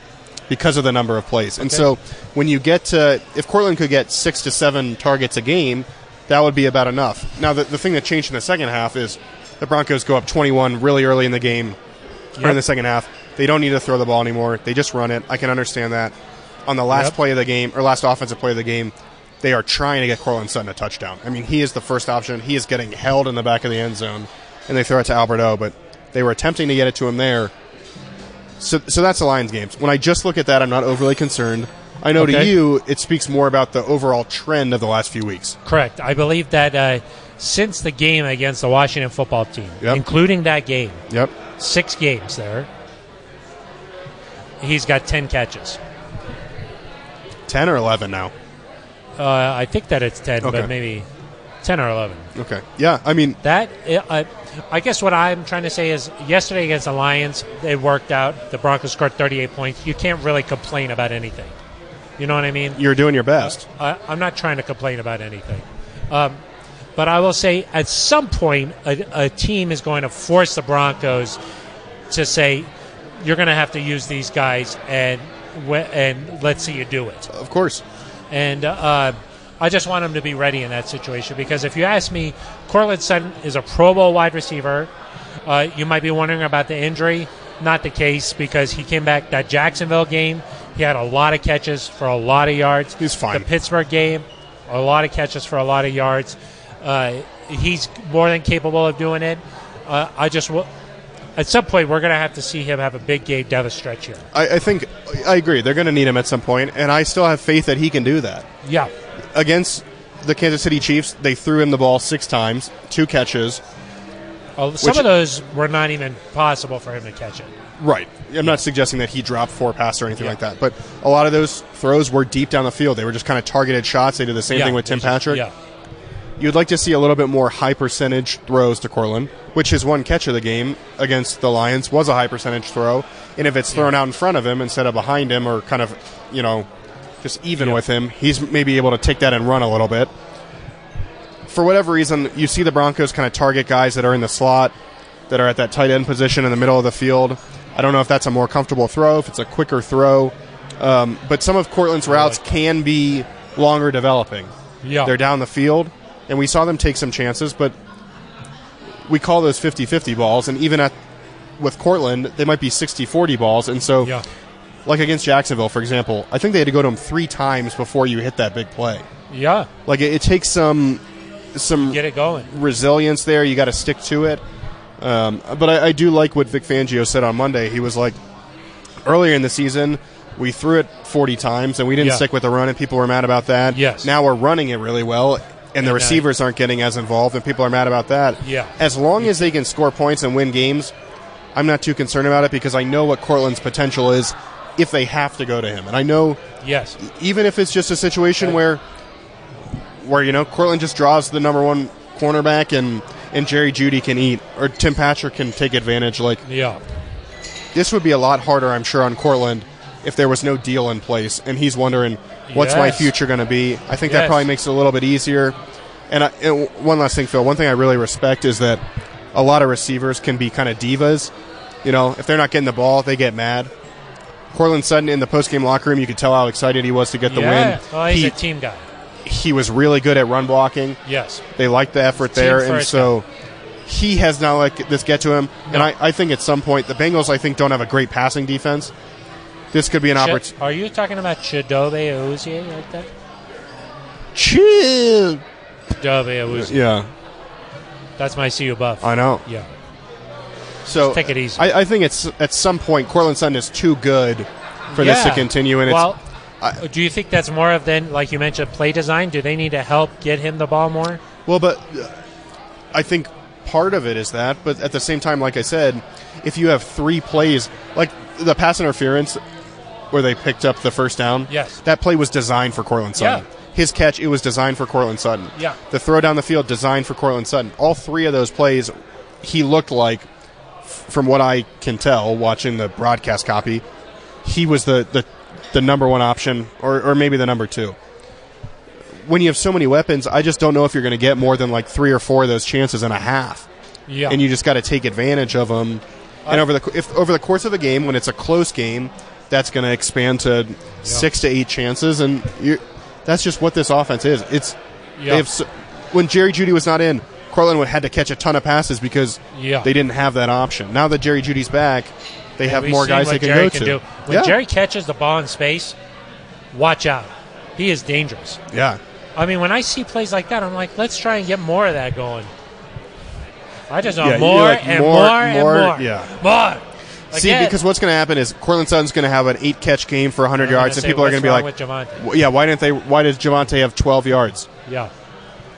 because of the number of plays. And so, when you get to, if Cortland could get six to seven targets a game, that would be about enough. Now, the, the thing that changed in the second half is the Broncos go up 21 really early in the game, or in
Yep.
the second half. They don't need to throw the ball anymore. They just run it. I can understand that. On the last
Yep.
play of the game, or last offensive play of the game, they are trying to get Cortland Sutton a touchdown. I mean, he is the first option. He is getting held in the back of the end zone, and they throw it to Alberto, but they were attempting to get it to him there. So, so that's the Lions games. When I just look at that, I'm not overly concerned. I know to
Okay.
you, it speaks more about the overall trend of the last few weeks.
Correct. I believe that uh, since the game against the Washington football team,
Yep.
including that game,
Yep.
six games there, he's got 10 catches.
10 or 11 now.
Uh, I think that it's 10,
Okay.
but maybe 10 or 11.
Okay. Yeah, I mean,
That I, I guess what I'm trying to say is yesterday against the Lions, it worked out. The Broncos scored 38 points. You can't really complain about anything. You know what I mean?
you're doing your best.
I, I'm not trying to complain about anything. Um, but I will say at some point, a, a team is going to force the Broncos to say, you're going to have to use these guys and, wh- and let's see you do it.
Of course.
And uh, I just want him to be ready in that situation because if you ask me, Cortland Sutton is a Pro Bowl wide receiver. Uh, you might be wondering about the injury. Not the case because he came back that Jacksonville game. He had a lot of catches for a lot of yards.
He's fine.
The Pittsburgh game, a lot of catches for a lot of yards. Uh, he's more than capable of doing it. Uh, I just w- at some point we're going to have to see him have a big game down the stretch here.
I, I think I agree. They're going to need him at some point, and I still have faith that he can do that.
Yeah,
Against the Kansas City Chiefs, they threw him the ball six times, two catches.
Uh, some
Which-
of those were not even possible for him to catch it.
Right. I'm not suggesting that he dropped four passes or anything
Yeah.
like that, but a lot of those throws were deep down the field. They were just kind of targeted shots. They did the same
Yeah,
thing with Tim
it's just-
Patrick.
Yeah,
You'd like to see a little bit more high percentage throws to Cortland, which his one catch of the game against the Lions was a high percentage throw. And if it's thrown out in front of him instead of behind him or kind of, you know, just even
Yeah.
with him, he's maybe able to take that and run a little bit. For whatever reason, you see the Broncos kind of target guys that are in the slot, that are at that tight end position in the middle of the field. I don't know if that's a more comfortable throw, if it's a quicker throw. Um, but some of Cortland's routes can be longer developing
yeah.
they're down the field, and we saw them take some chances, but we call those 50-50 balls, and even at with Cortland, they might be 60-40 balls, and so
Yeah.
like against Jacksonville, for example, I think they had to go to him three times before you hit that big play.
Yeah.
Like it, it takes some some
Get it going.
resilience there. You got to stick to it. Um, but I, I do like what Vic Fangio said on Monday. He was like, earlier in the season, we threw it 40 times and we didn't
Yeah.
stick with the run, and people were mad about that.
Yes.
Now we're running it really well, and, the
now-
receivers aren't getting as involved, and people are mad about that.
Yeah.
As long as they can score points and win games, I'm not too concerned about it because I know what Cortland's potential is if they have to go to him. And I know
Yes.
even if it's just a situation where where you know Cortland just draws the number one cornerback and and Jerry Judy can eat or Tim Patrick can take advantage. Like
Yeah.
this would be a lot harder, I'm sure, on Cortland if there was no deal in place and he's wondering what's my
Yes.
future going to be. I think that
Yes.
probably makes it a little bit easier. And, I, and w- one last thing, Phil. One thing I really respect is that a lot of receivers can be kind of divas. You know, if they're not getting the ball, they get mad. Cortland Sutton in the postgame locker room, you could tell how excited he was to get the
yeah.
win.
Well, he's
he,
a team guy.
he was really good at run blocking.
Yes.
They liked the effort there, and
first.
so he has not let this get to him. And
No.
I, I think at some point the Bengals, I think, don't have a great passing defense. This could be an opportunity.
Ch- are you talking about Chidobe Awuzie like that?
Chill.
Chidobe Awuzie.
Yeah,
That's my CU buff.
I know.
yeah.
So
take it easy.
I, I think it's at some point Cortland Sutton is too good for this to
Yeah.
continue, and
well,
I-
do you think that's more of than like you mentioned play design? Do they need to help get him the ball more?
it's well, but uh, I think part of it is that. But at the same time, like I said, if you have three plays, like the pass interference where they picked up the first down,
Yes.
That play was designed for Cortland Sutton.
Yeah.
His catch, it was designed for Cortland Sutton.
Yeah.
The throw down the field, designed for Cortland Sutton. All three of those plays, he looked like, f- from what I can tell, watching the broadcast copy, he was the, the, the number one option, or, or maybe the number two. When you have so many weapons, I just don't know if you're going to get more than like three or four of those chances in a half
Yeah.
and you just got to take advantage of them. And over the if over the course of the game, when it's a close game, that's going to expand to six to eight chances, and you that's just what this offense is. It's
yeah.
they have so, when Jerry Judy was not in, Cortland had to catch a ton of passes because
Yeah.
they didn't have that option. Now that Jerry Judy's back, they have
We've
more
seen
guys
what
they can
Jerry
go
can
to.
do. When
yeah,
Jerry catches the ball in space, watch out. He is dangerous.
yeah,
I mean, when I see plays like that, I'm like, let's try and get more of that going. I just want
Yeah, you
more,
like
and
more,
more, and
more,
more.
yeah.
More. Like
See,
that.
because what's going to happen is Cortland Sutton's going to have an eight catch game for 100
I'm gonna
yards, and
say,
people are going
what's
to be
wrong
like,
with Javante?
"W- "Yeah, why didn't they? Why did Javante have 12 yards?
Yeah.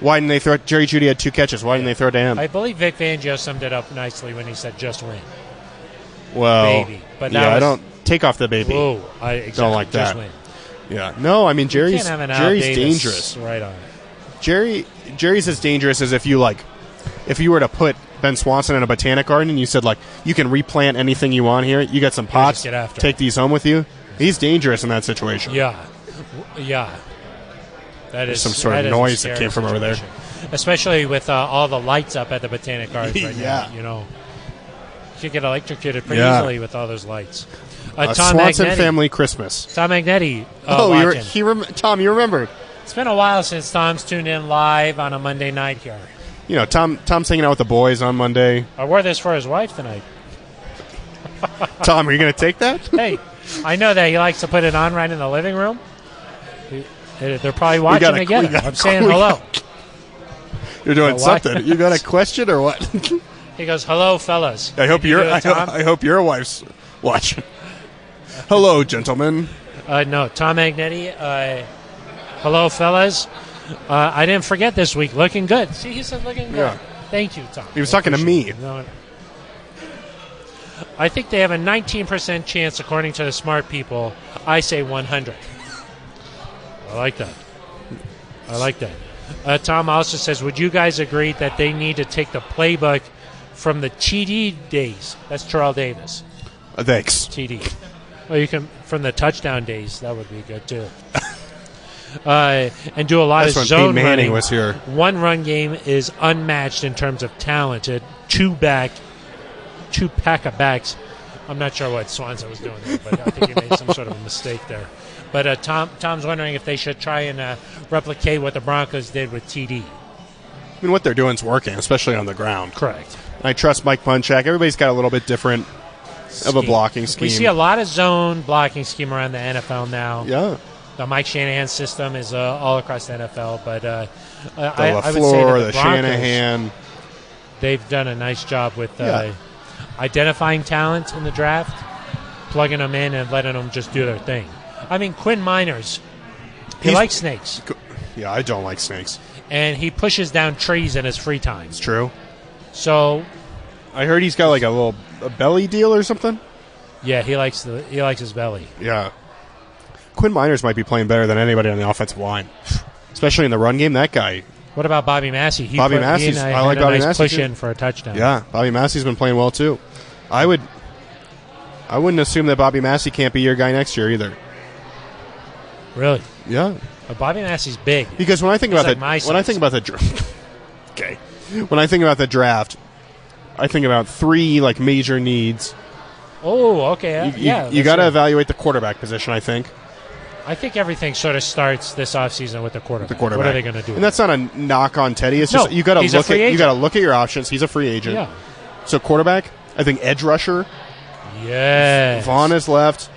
Why didn't they throw? Jerry Judy had two catches. Why didn't they throw it to him?
I believe Vic Fangio summed it up nicely when he said, just win.
well,
baby, but
yeah,
that
I
was-
don't take off the baby.
Whoa. I exactly,
like
Just
that.
win.
Yeah, no, I mean Jerry's
Can't have an
Jerry's
outdated s-
dangerous.
Right on. it.
Jerry Jerry's as dangerous as if you like, if you were to put Ben Swanson in a botanic garden and you said like you can replant anything you want here. You got some pots.
get after it.
Take these home with you. He's dangerous in that situation.
Yeah, W- yeah. That is
some sort of
that is a
noise that
scary
came from over there.
situation. especially with uh, all the lights up at the Botanic Gardens right
Yeah.
now. You know, you could get electrocuted pretty
Yeah.
easily with all those lights. Uh,
A
Tom
Swanson
Magnetti.
family Christmas.
Tom Magnetti. Uh,
oh, you re-
watching.
he rem- Tom, you remembered?
it's been a while since Tom's tuned in live on a Monday night here.
You know, Tom. Tom's hanging out with the boys on
<laughs>
Monday.
I wore this for his wife
<laughs>
tonight.
Tom, are you going to take that?
Hey, I know that he likes to put it on right in the living room. He- They're probably watching
gotta- we
together.
gotta-
I'm saying
<laughs> we
hello.
You're doing
Why?
something. You got a question or what?
<laughs> He goes, "Hello, fellas."
I hope
Did you
your
do it,
I, ho-
Tom?
I hope your wife's watching. Hello, gentlemen.
Uh, no, Tom Agnetti. Uh, hello, fellas. Uh, I didn't forget this week. Looking good. See, he said looking good.
Yeah.
Thank you, Tom.
He was talking to me.
appreciate it. No, I think they have a 19% chance, according to the smart people. I say 100. I like that. I like that. Uh, Tom also says, "Would you guys agree that they need to take the playbook from the TD days? That's Terrell Davis."
Uh, thanks.
TD. Well, you can from the touchdown days. That would be good too. <laughs> Uh, and do a lot
That's
of
when
zone
Pete Manning
running.
was here.
One run game is unmatched in terms of talented two back, two pack of backs. I'm not sure what Swanson was doing there, but I think he made some sort of a mistake there. But uh, Tom Tom's wondering if they should try and uh, replicate what the Broncos did with TD.
I mean, what they're doing is working, especially on the ground.
Correct.
And I trust Mike Munchak. Everybody's got a little bit different of a blocking scheme.
We see a lot of zone blocking scheme around the NFL now.
yeah.
The Mike Shanahan system is uh, all across the NFL, but uh, I,
The
I would say that
LaFleur,
the, Broncos,
the, Shanahan.
they've done a nice job with uh,
Yeah.
identifying talent in the draft, plugging them in, and letting them just do their thing. I mean, Quinn Miners, he
He's-
likes snakes,
Yeah, I don't like snakes.
and he pushes down trees in his free time.
It's true.
So,
I heard he's got like a little a belly deal or something.
yeah, he likes the he likes his belly.
Yeah. Quinn Miners might be playing better than anybody on the offensive line, <sighs> especially in the run game. That guy.
What about Bobby Massey? He
Bobby
put- he
Massey's-
and
I like
had a
Bobby
nice
Massey,
push
too.
in for a touchdown.
Yeah, Bobby Massey's been playing well too. I would. I wouldn't assume that Bobby Massey can't be your guy next year either.
really.
Yeah,
But Bobby Massey's big.
because when I think
He's
about
like
the
my
when I
size.
think about the draft, <laughs> okay, when I think about the draft, I think about three like major needs.
Oh, okay. uh,
You, you-
yeah,
you,
that's
got to
right.
evaluate the quarterback position. I think
I think everything sort of starts this offseason with the quarterback.
the quarterback.
What are they going to do?
And that's not a knock on Teddy. It's
No,
just you got to
he's a
look at
free
you
agent.
got to look at your options. He's a free agent.
yeah.
So quarterback, I think edge rusher.
Yes.
Vaughn is left.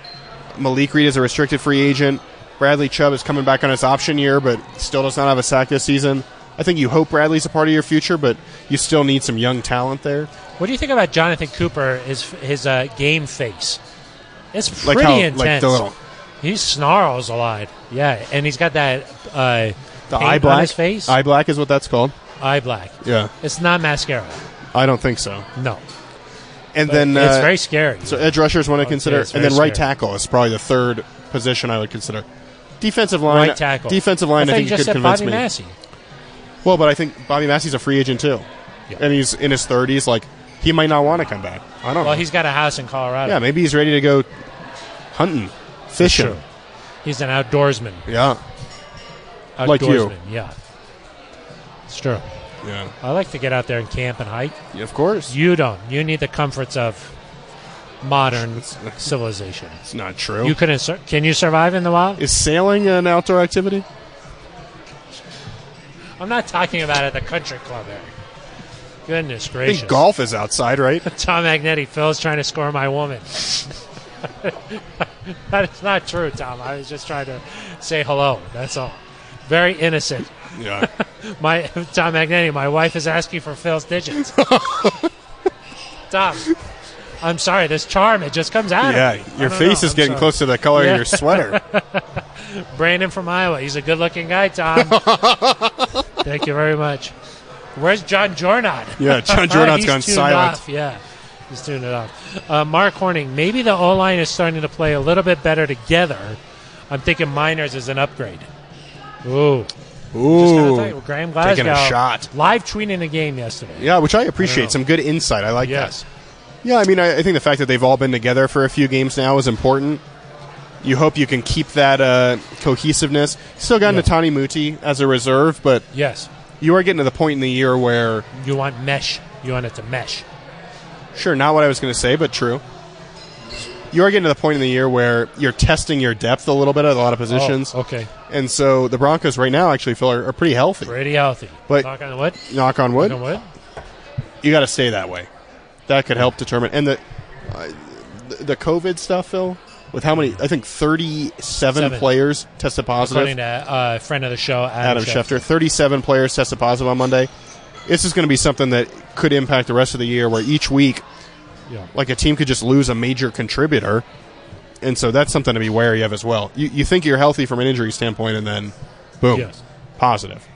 Malik Reed is a restricted free agent. Bradley Chubb is coming back on his option year, but still does not have a sack this season. I think you hope Bradley's a part of your future, but you still need some young talent there.
What do you think about Jonathan Cooper? Is his uh, game face? It's
Like
pretty
how,
intense.
like the little
he snarls a lot. Yeah, and he's got that uh,
the
paint
eye black
on his face,
Eye black is what that's called.
eye black.
Yeah,
It's not mascara.
I don't think so.
No,
And then
it's
uh,
very scary.
so edge rushers want to consider,
it's
and
very
then right
scary.
tackle is probably the third position I would consider. Defensive line,
Right tackle.
defensive
I
line. I,
thought you
think you
just
could
said
convince
Bobby
me.
Massey.
Well, but I think Bobby Massey's a free agent too,
Yeah.
and he's in his thirties. Like he might not want to come back. I don't
Well,
know.
he's got a house in Colorado.
yeah, maybe he's ready to go hunting, fishing.
True. He's an outdoorsman.
Yeah,
outdoorsman.
Like you.
Yeah. It's true.
yeah,
I like to get out there and camp and hike.
Yeah, of course.
You don't. You need the comforts of modern civilization.
It's not true.
You couldn't. Sur- can you survive in the wild?
Is sailing an outdoor activity?
I'm not talking about at the country club, Eric. Goodness
I
gracious!
think golf is
<laughs>
outside, right?
Tom Magnetti, Phil's trying to score my woman. <laughs> that is not true, Tom. I was just trying to say hello. That's all. Very innocent.
yeah.
My Tom Magnetti, my wife is asking for Phil's
<laughs>
digits. Tom, I'm sorry. This charm it just comes out. of me.
Yeah,
I
your
don't
face
know.
is
I'm
getting
sorry.
close to the color
Yeah.
of
<laughs>
your sweater.
Brandon from Iowa. He's a good-looking guy,
<laughs>
Tom. Thank you very much. Where's John Jornot?
Yeah,
<laughs>
John Jordan's
He's
gone
tuned
silent.
Off. Yeah, he's tuned it off. Uh, Mark Horning. Maybe the O line is starting to play a little bit better together. I'm thinking Miners is an upgrade. Ooh, Just kinda tell
Ooh.
you, Graham Glasgow
Taking a shot.
Live tweeting the game yesterday.
Yeah, which I
I don't
appreciate.
know.
Some good insight. I like that.
Yes.
Yeah, I mean, I, I think the fact that they've all been together for a few games now is important. You hope you can keep that uh, cohesiveness. Still got
Yeah.
Natani Muti as a reserve, but
Yes.
you are getting to the point in the year where,
You want mesh. You want it to mesh.
sure, not what I was going to say, but true. You are getting to the point in the year where you're testing your depth a little bit at a lot of positions,
Oh, okay.
and so the Broncos right now actually feel are, are pretty healthy.
Pretty healthy.
But-
Knock on wood.
Knock on
Knock
wood.
on wood.
You got to stay that way. That could help determine. And the uh, the- the COVID stuff, Phil, with how many? I think thirty-seven
Seven.
players tested
According
positive.
to uh, friend of the show, Adam,
Adam Schefter, thirty-seven players tested positive on Monday. This is going to be something that could impact the rest of the year, where each week,
Yeah.
like a team could just lose a major contributor, and so that's something to be wary of as well. You, you think you're healthy from an injury standpoint, and then, boom,
Yes.
positive.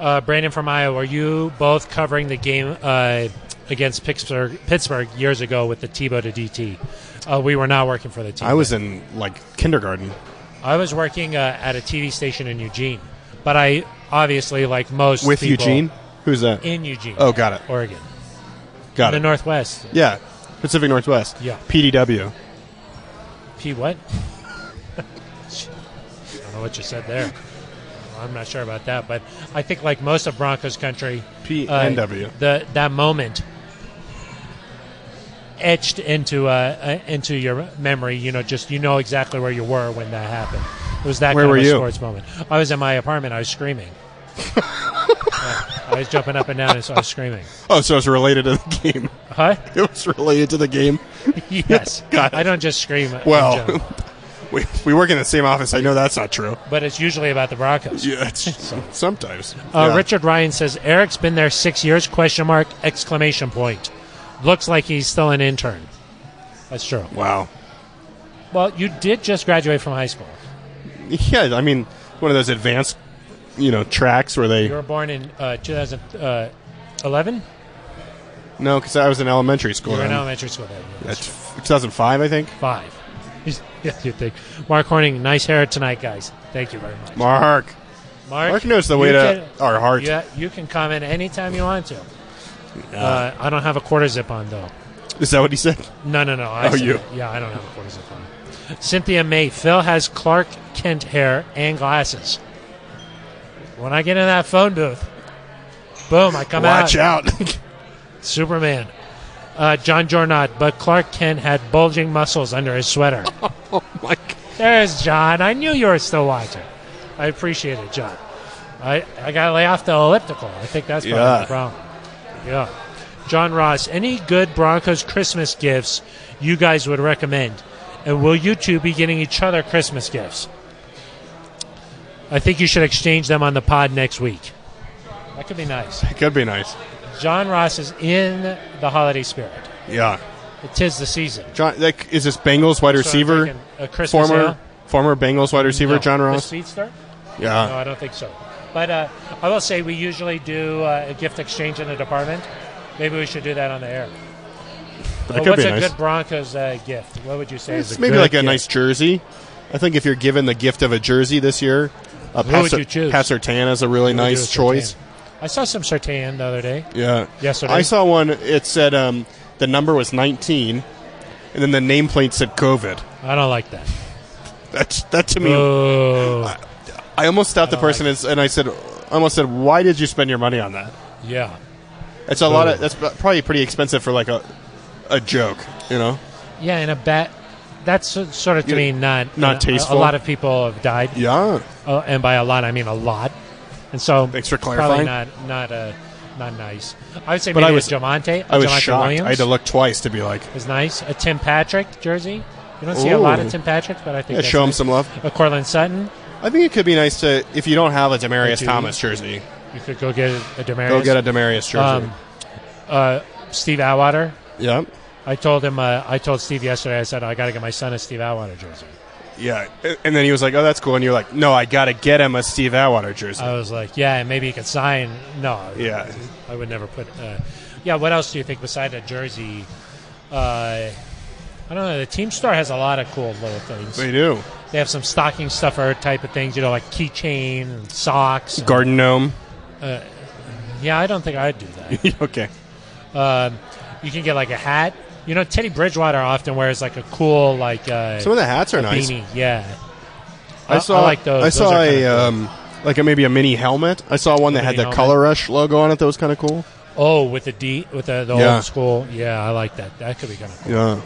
Uh, Brandon from Iowa, were you both covering the game uh, against Pittsburgh, Pittsburgh years ago with the Tebow to DT? Uh, we were not working for the team.
I was in like kindergarten.
I was working uh, at a TV station in Eugene, but I obviously, like most
With
people,
Eugene, who's that?
in Eugene.
Oh, got it.
Oregon,
Got
the
it.
Northwest.
Yeah, Pacific Northwest.
Yeah.
PDW.
P what? <laughs> I don't know what you said there. I'm not sure about that, but I think like most of Broncos country, uh,
PNW.
the that moment etched into uh, uh, into your memory. You know, just you know exactly where you were when that happened. It was that
Where
kind
were
of a
you? <laughs>
sports moment. I was in my apartment. I was screaming. Yeah. I was jumping up and down and started screaming.
Oh, so it's related to the <laughs> game.
Huh? <laughs>
It was related to the game.
Yes.
<laughs> Got it.
I don't just scream. in general,
Well, <laughs> we, we work in the same office. I know that's not true.
but it's usually about the
<laughs>
Broncos. <laughs>
Yeah, it's, sometimes.
Uh,
Yeah.
Richard Ryan says Eric's been there six years? Question mark exclamation point. Looks like he's still an intern. That's true.
Wow.
Well, you did just graduate from high school.
Yeah, I mean, one of those advanced, you know, tracks where they.
You were born in uh, 2011.
No, because I was in elementary school.
You were in
then.
elementary school then. Yeah,
That's 2005, I think.
Five. <laughs> Yeah, you think. Mark Horning, nice hair tonight, guys. Thank you very much.
Mark.
Mark,
Mark knows the way
you
to our heart.
Yeah, you can comment anytime you want to. Uh, I don't have a quarter zip on though.
Is that what he said?
No, no, no. I
Oh,
said
you.
it. Yeah, I don't have a quarter zip on. Cynthia May. Phil has Clark Kent hair and glasses. When I get in that phone booth, boom, I come
Watch
out.
out. <laughs>
<laughs> Superman. Uh, John Jornot, but Clark Kent had bulging muscles under his sweater.
like,
There's John. I knew you were still watching. I appreciate it, John. I, I got to lay off the elliptical. I think that's probably
Yeah.
the problem. Yeah. John Ross, any good Broncos Christmas gifts you guys would recommend? And will you two be getting each other Christmas gifts? I think you should exchange them on the pod next week. That could be nice.
it could be nice.
John Ross is in the holiday spirit.
Yeah.
It is the season.
John, like, is this Bengals wide
So I'm
receiver?
thinking a Christmas
former
ale?
former Bengals wide receiver
No.
John Ross?
The speedster? No,
Yeah.
I don't think so. But uh, I will say we usually do uh, a gift exchange in the department. Maybe we should do that on the air.
That
But
could
uh, what's
be
a
nice.
good Broncos uh, gift? What would you say? is
It's maybe
good
like a
gift?
nice jersey. I think if you're given the gift of a jersey this year, a
Who would
Passer-
you choose?
Passertan is a really
We do
nice
a
choice.
Sertan. I saw some Sertan the other day.
Yeah.
Yesterday.
I saw one. It said um, the number was 19, and then the nameplate said COVID.
I don't like that.
That's that to me.
Oh,
I almost stopped the
don't
person and s- and I said, I almost said, why did you spend your money on that?
yeah.
It's a lot of.
Boo.
That's pro- probably pretty expensive for like a a joke. You know.
Yeah, and a bat. That's so- sort of to
You-
me not uh,
not
a- a-
tasteful?
A lot of people have died,
Yeah.
uh, and by a lot I mean a lot. And so,
Thanks for
probably
clarifying.
not not uh, not nice. I would say
But
maybe
I was-
a Jamonte.
I was
Jamonte
shocked.
Williams.
I had to look twice to be like,
is nice. A Tim Patrick jersey. You don't see a lot of
Ooh.
Tim Patricks, but I think
yeah,
that's
show him
nice.
some love.
A Cortland Sutton.
I think it could be nice to if you don't have a Demarius
do.
Thomas jersey,
You could go get a Demarius.
go get a Demarius jersey.
Um, uh, Steve Atwater.
yeah.
I told him. Uh, I told Steve yesterday. I said "Oh, I got to get my son a Steve Atwater jersey.
Yeah, A- and then he was like, "Oh, that's cool," and you're like, "No, I gotta get him a Steve Atwater jersey."
I was like, yeah, and maybe you could sign. No,
Yeah.
I would never put. Uh, yeah, what else do you think beside a jersey? Uh, I don't know. The team store has a lot of cool little things.
they do.
They have some stocking stuffer type of things, you know, like keychain and socks. and-
Garden gnome. <laughs>
Yeah, I don't think I'd do that.
okay.
um, you can get like a hat. You know, Teddy Bridgewater often wears like a cool like uh,
Some of the hats are nice.
beanie. Yeah,
I saw.
like those.
I
Those
saw
are
a
kinda cool.
um, like a, maybe a mini helmet. I saw one that had
mini
the
helmet.
Color Rush logo on it. That was kind of cool.
oh with the D with the, the
Yeah.
old school. Yeah, I like that. That could be kind of cool.
Yeah.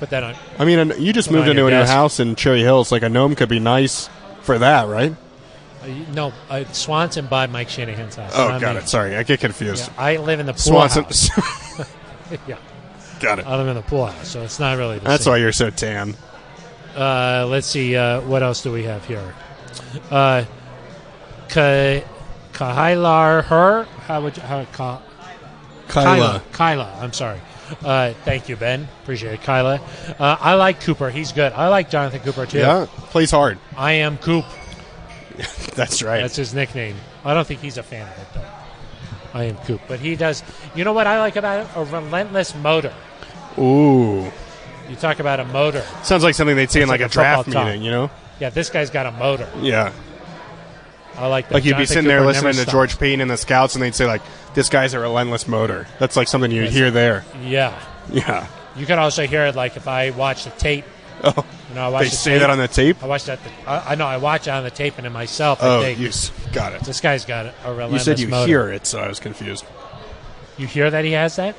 Put that on.
I mean, and you just
Put it
moved
on
into
your
a new
desk.
house in Cherry Hills. Like a gnome could be nice for that, right?
Uh, you- no, uh, Swanson by Mike Shanahan's house.
Oh,
not
got
me.
it. Sorry, I get confused.
Yeah, I live in the pool
Swanson.
house. <laughs> yeah,
<laughs> got it.
I live in the pool house, so it's not really. The
That's
same.
why you're so tan.
Uh, let's see. Uh, what else do we have here? Uh, Ka- Kahilar Her. How would you, how, Ka- Kyla. Kyla. I'm sorry. Uh, thank you, Ben. Appreciate it, Kyla. Uh, I like Cooper. He's good. I like Jonathan Cooper too.
Yeah. Plays hard.
I am Coop.
That's right.
That's his nickname. I don't think he's a fan of it though. I am Coop, but he does. You know what I like about it? A relentless motor.
Ooh.
You talk about a motor.
Sounds like something they'd see in
like
like,
a
a draft
football talk.
meeting, you know?
Yeah, this guy's got a motor.
Yeah.
I like that.
Like you'd be
Jonathan
sitting there
Cooper
listening
never
to
stops.
George Payton and the scouts, and they'd say like, "This guy's a relentless motor." That's like something you'd
<laughs>
hear there.
Yeah,
Yeah.
you can also hear it like if I watch the tape.
Oh,
You know, I watch
they
the
say
tape.
that on the tape.
I watch that. The, I, I know. I watch it on the tape, and in myself, I
Oh,
think
you s- got it.
this guy's got a relentless
You said you
motor.
hear it, so I was confused.
You hear that he has that?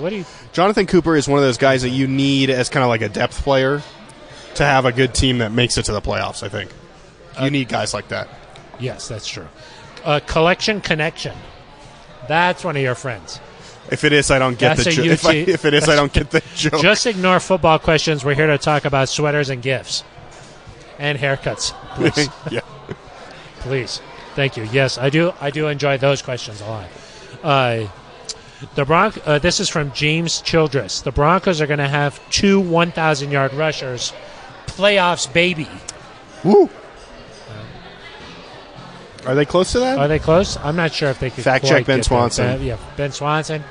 What do you?
Jonathan Cooper is one of those guys that you need as kind of like a depth player to have a good team that makes it to the playoffs. I think you need guys like that.
Yes, that's true. uh, collection connection. That's one of your friends.
If it is, I don't get
That's
the
a
joke. If, I-
UT
if it is, I don't
<laughs>
get the joke. <laughs>
Just ignore football questions. We're here to talk about sweaters and gifts and haircuts.
<laughs>
Please,
yeah.
please. Thank you. Yes, I do. I do enjoy those questions a lot. Uh, the Bronc. Uh, this is from James Childress. The Broncos are going to have two 1,000 yard rushers. Playoffs, baby.
Woo. Are they close to that?
Are they close? I'm not sure if they could
Fact
quite
check Ben
get there.
Swanson.
Ben- yeah, Ben Swanson.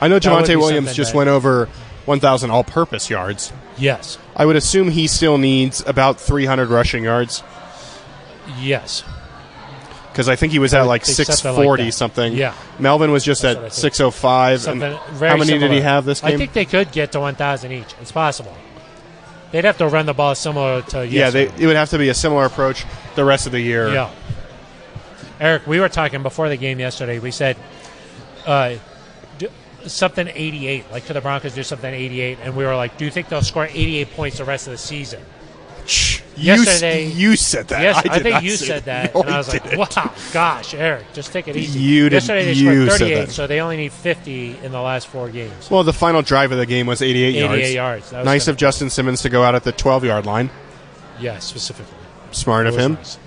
I know
That would be
Javante Williams
something
just
that-
went over 1,000 all purpose yards.
Yes,
I would assume he still needs about 300 rushing yards
yes.
because I think he was at like
think something like
640
that.
something.
Yeah.
Melvin was just
what I
at
think.
605. And
Something very
Um, how many did he
similar.
have this game?
I think they could get to 1,000 each. It's possible. They'd have to run the ball similar to
yeah, they,
yesterday.
it would have to be a similar approach the rest of the year.
yeah. Eric, we were talking before the game yesterday. We said uh, do something 88, like could the Broncos do something 88? And we were like, do you think they'll score 88 points the rest of the season?
Shh,
Yesterday-
you, s- you said that.
Yes,
I,
I,
did
think
not
you
say
said that,
No,
and I was like,
didn't.
"Wow, gosh, Eric, just take it easy."
You did-
Yesterday they
you said
scored 38,
that.
so they only need 50 in the last four games.
Well, the final drive of the game was 88,
88
yards.
yards. That was
Nice
gonna-
of Justin Simmons to go out at the 12 yard line.
Yeah, specifically.
Smart of
That was
him.
nice.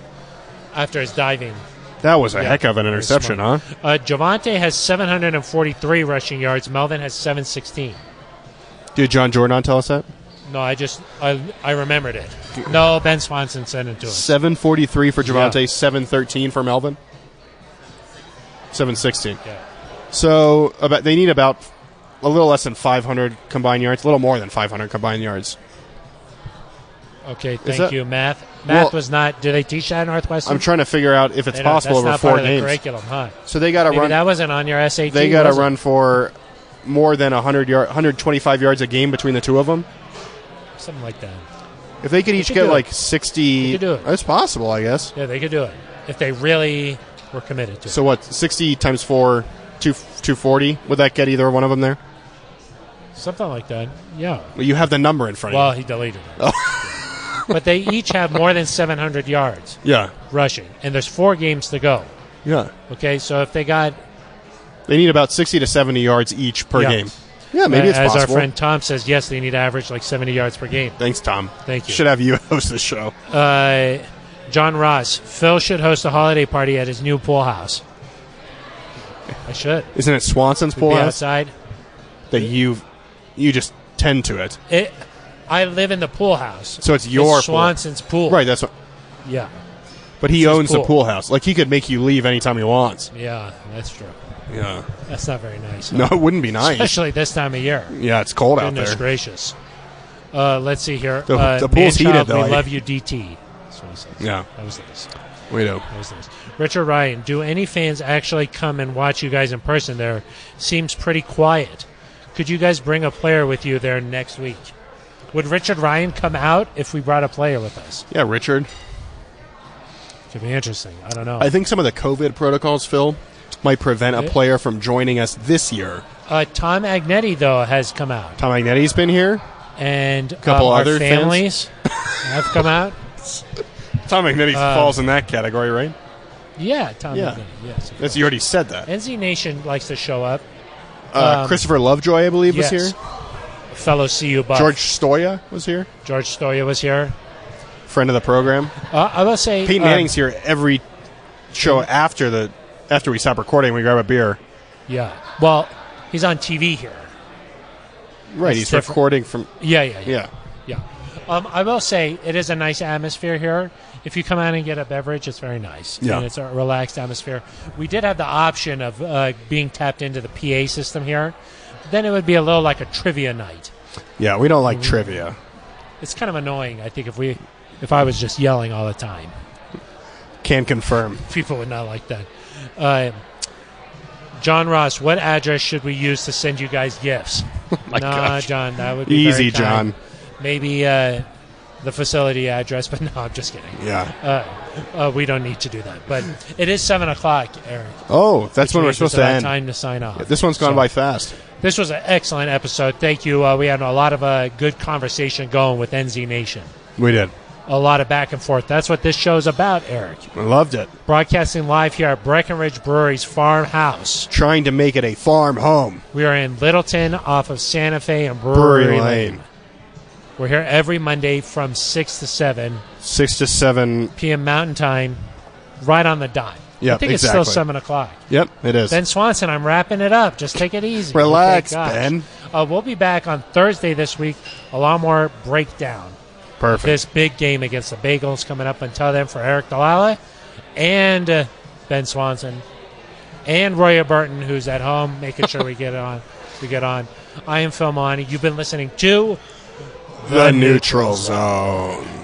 After his diving,
That was a
Yeah.
heck of an
Very
interception, huh?
smart. Uh, Javante has 743 rushing yards. Melvin has 716.
Did John Jordan tell us that?
No, I just I, I remembered it. No, Ben Swanson sent it to him.
743 for Javante, 713 for Melvin. 716.
Yeah.
So about they need about a little less than 500 combined yards, a little more than 500 combined yards.
Okay, thank
that-
you, math. Math
Well-
was not. Do they teach that at Northwestern?
I'm trying to figure out if it's
They don't- that's
possible over
not
four
part of the
games.
curriculum, huh?
So they got to
Maybe
run.
that wasn't on your SAT.
They got to
was it?
run for more than 100 yard, 125 yards a game between the two of them.
something like that.
If they could each
could
get
do it.
like 60,
could do it.
that's possible, I guess.
Yeah, they could do it if they really were committed to it.
So what? 60 times four, two 240. Would that get either one of them there?
Something like that. Yeah.
Well, you have the number in front
Well,
of
he deleted it.
Oh.
but they each have more than 700 yards
you. Yeah,
rushing, and there's four games to go.
yeah.
Okay, so if they got
They need about 60 to 70 yards each per
Yeah.
game. Yeah, maybe
Uh,
it's
as
possible.
our friend Tom says, yes, they need to average like 70 yards per game.
Thanks, Tom.
Thank you.
Should have you <laughs> host the show.
Uh, John Ross, Phil should host a holiday party at his new pool house. I should
Isn't it Swanson's
be
pool house
outside.
that you you just tend to it?
It, I live in the pool house.
So it's your pool.
Swanson's pool.
Right. That's what,
Yeah.
but he
his
owns the
pool.
pool house. Like he could make you leave anytime he wants.
Yeah, that's true.
Yeah.
That's not very nice.
No,
<laughs>
it wouldn't be nice.
Especially this time of year.
Yeah, it's cold out
Goodness
there.
gracious. Uh, let's see here.
The-
uh,
the pool's
Manchild,
heated, though,
We
I-
love you, DT. That's what he says.
Yeah,
That was nice.
we do.
That was nice. Richard Ryan, do any fans actually come and watch you guys in person there? Seems pretty quiet. Could you guys bring a player with you there next week? Would Richard Ryan come out if we brought a player with us?
Yeah, Richard.
Could be interesting. I don't know.
I think some of the COVID protocols, Phil, might prevent a
Yeah.
player from joining us this year.
Uh, Tom Agnetti, though, has come out.
Tom Agnetti's been here.
and a
Couple
our
other fans? <laughs>
families have come out.
Tom Agnetti
Uh,
falls in that category, right?
Yeah, Tom.
Yeah.
Lincoln, Yes.
That's, you already said that.
NZ Nation likes to show up.
Uh,
um,
Christopher Lovejoy, I believe,
yes. Uh,
was here.
Fellow CU buff
George Stoya was here.
George Stoya was here.
Friend of the program.
Uh, I will say
Peyton
um,
Manning's here every show after the after we stop recording. We grab a beer.
yeah. Well, he's on TV here.
Right,
It's
he's
different.
recording from
Yeah, yeah, yeah.
yeah.
yeah. Um, I will say it is a nice atmosphere here. If you come out and get a beverage, it's very nice.
Yeah.
And it's a relaxed atmosphere. We did have the option of uh, being tapped into the PA system here. Then it would be a little like a trivia night.
Yeah, we don't
Mm-hmm.
like trivia.
It's kind of annoying, I think, if we if I was just yelling all the time.
Can confirm.
people would not like that. Uh, John Ross, what address should we use to send you guys
<laughs>
gifts?
Oh my
nah,
gosh.
John, that would be very
Easy,
kind.
John.
Maybe uh, the facility address, but <laughs> no, I'm just kidding.
Yeah.
Uh, uh, we don't need to do that, but it is seven o'clock, Eric.
Oh, that's when we're
It's
supposed to
about
end.
Time to sign off.
This one's gone
So-
by fast.
This was an excellent episode. Thank you. Uh, we had a lot of uh, good conversation going with NZ Nation.
We did.
a lot of back and forth. That's what this show's about, Eric.
I loved it.
Broadcasting live here at Breckenridge Brewery's farmhouse.
Trying to make it a farm home.
We are in Littleton off of Santa Fe and Brewery,
Brewery Lane.
Lane. We're here every Monday from 6 to 7
Six to seven.
p.m. Mountain Time, right on the dot. I
Yep,
think
exactly.
it's still 7 o'clock.
Yep, it is.
Ben Swanson, I'm wrapping it up. Just take it easy.
Relax,
Okay, gosh.
Ben.
Uh, we'll be back on Thursday this week. A lot more breakdown.
Perfect.
This big game against the Bagels coming up. Until then, for Eric Dalala and uh, Ben Swanson and Roya Burton, who's at home making sure we get on. We get on. I am Phil Monty. You've been listening to
the neutral zone.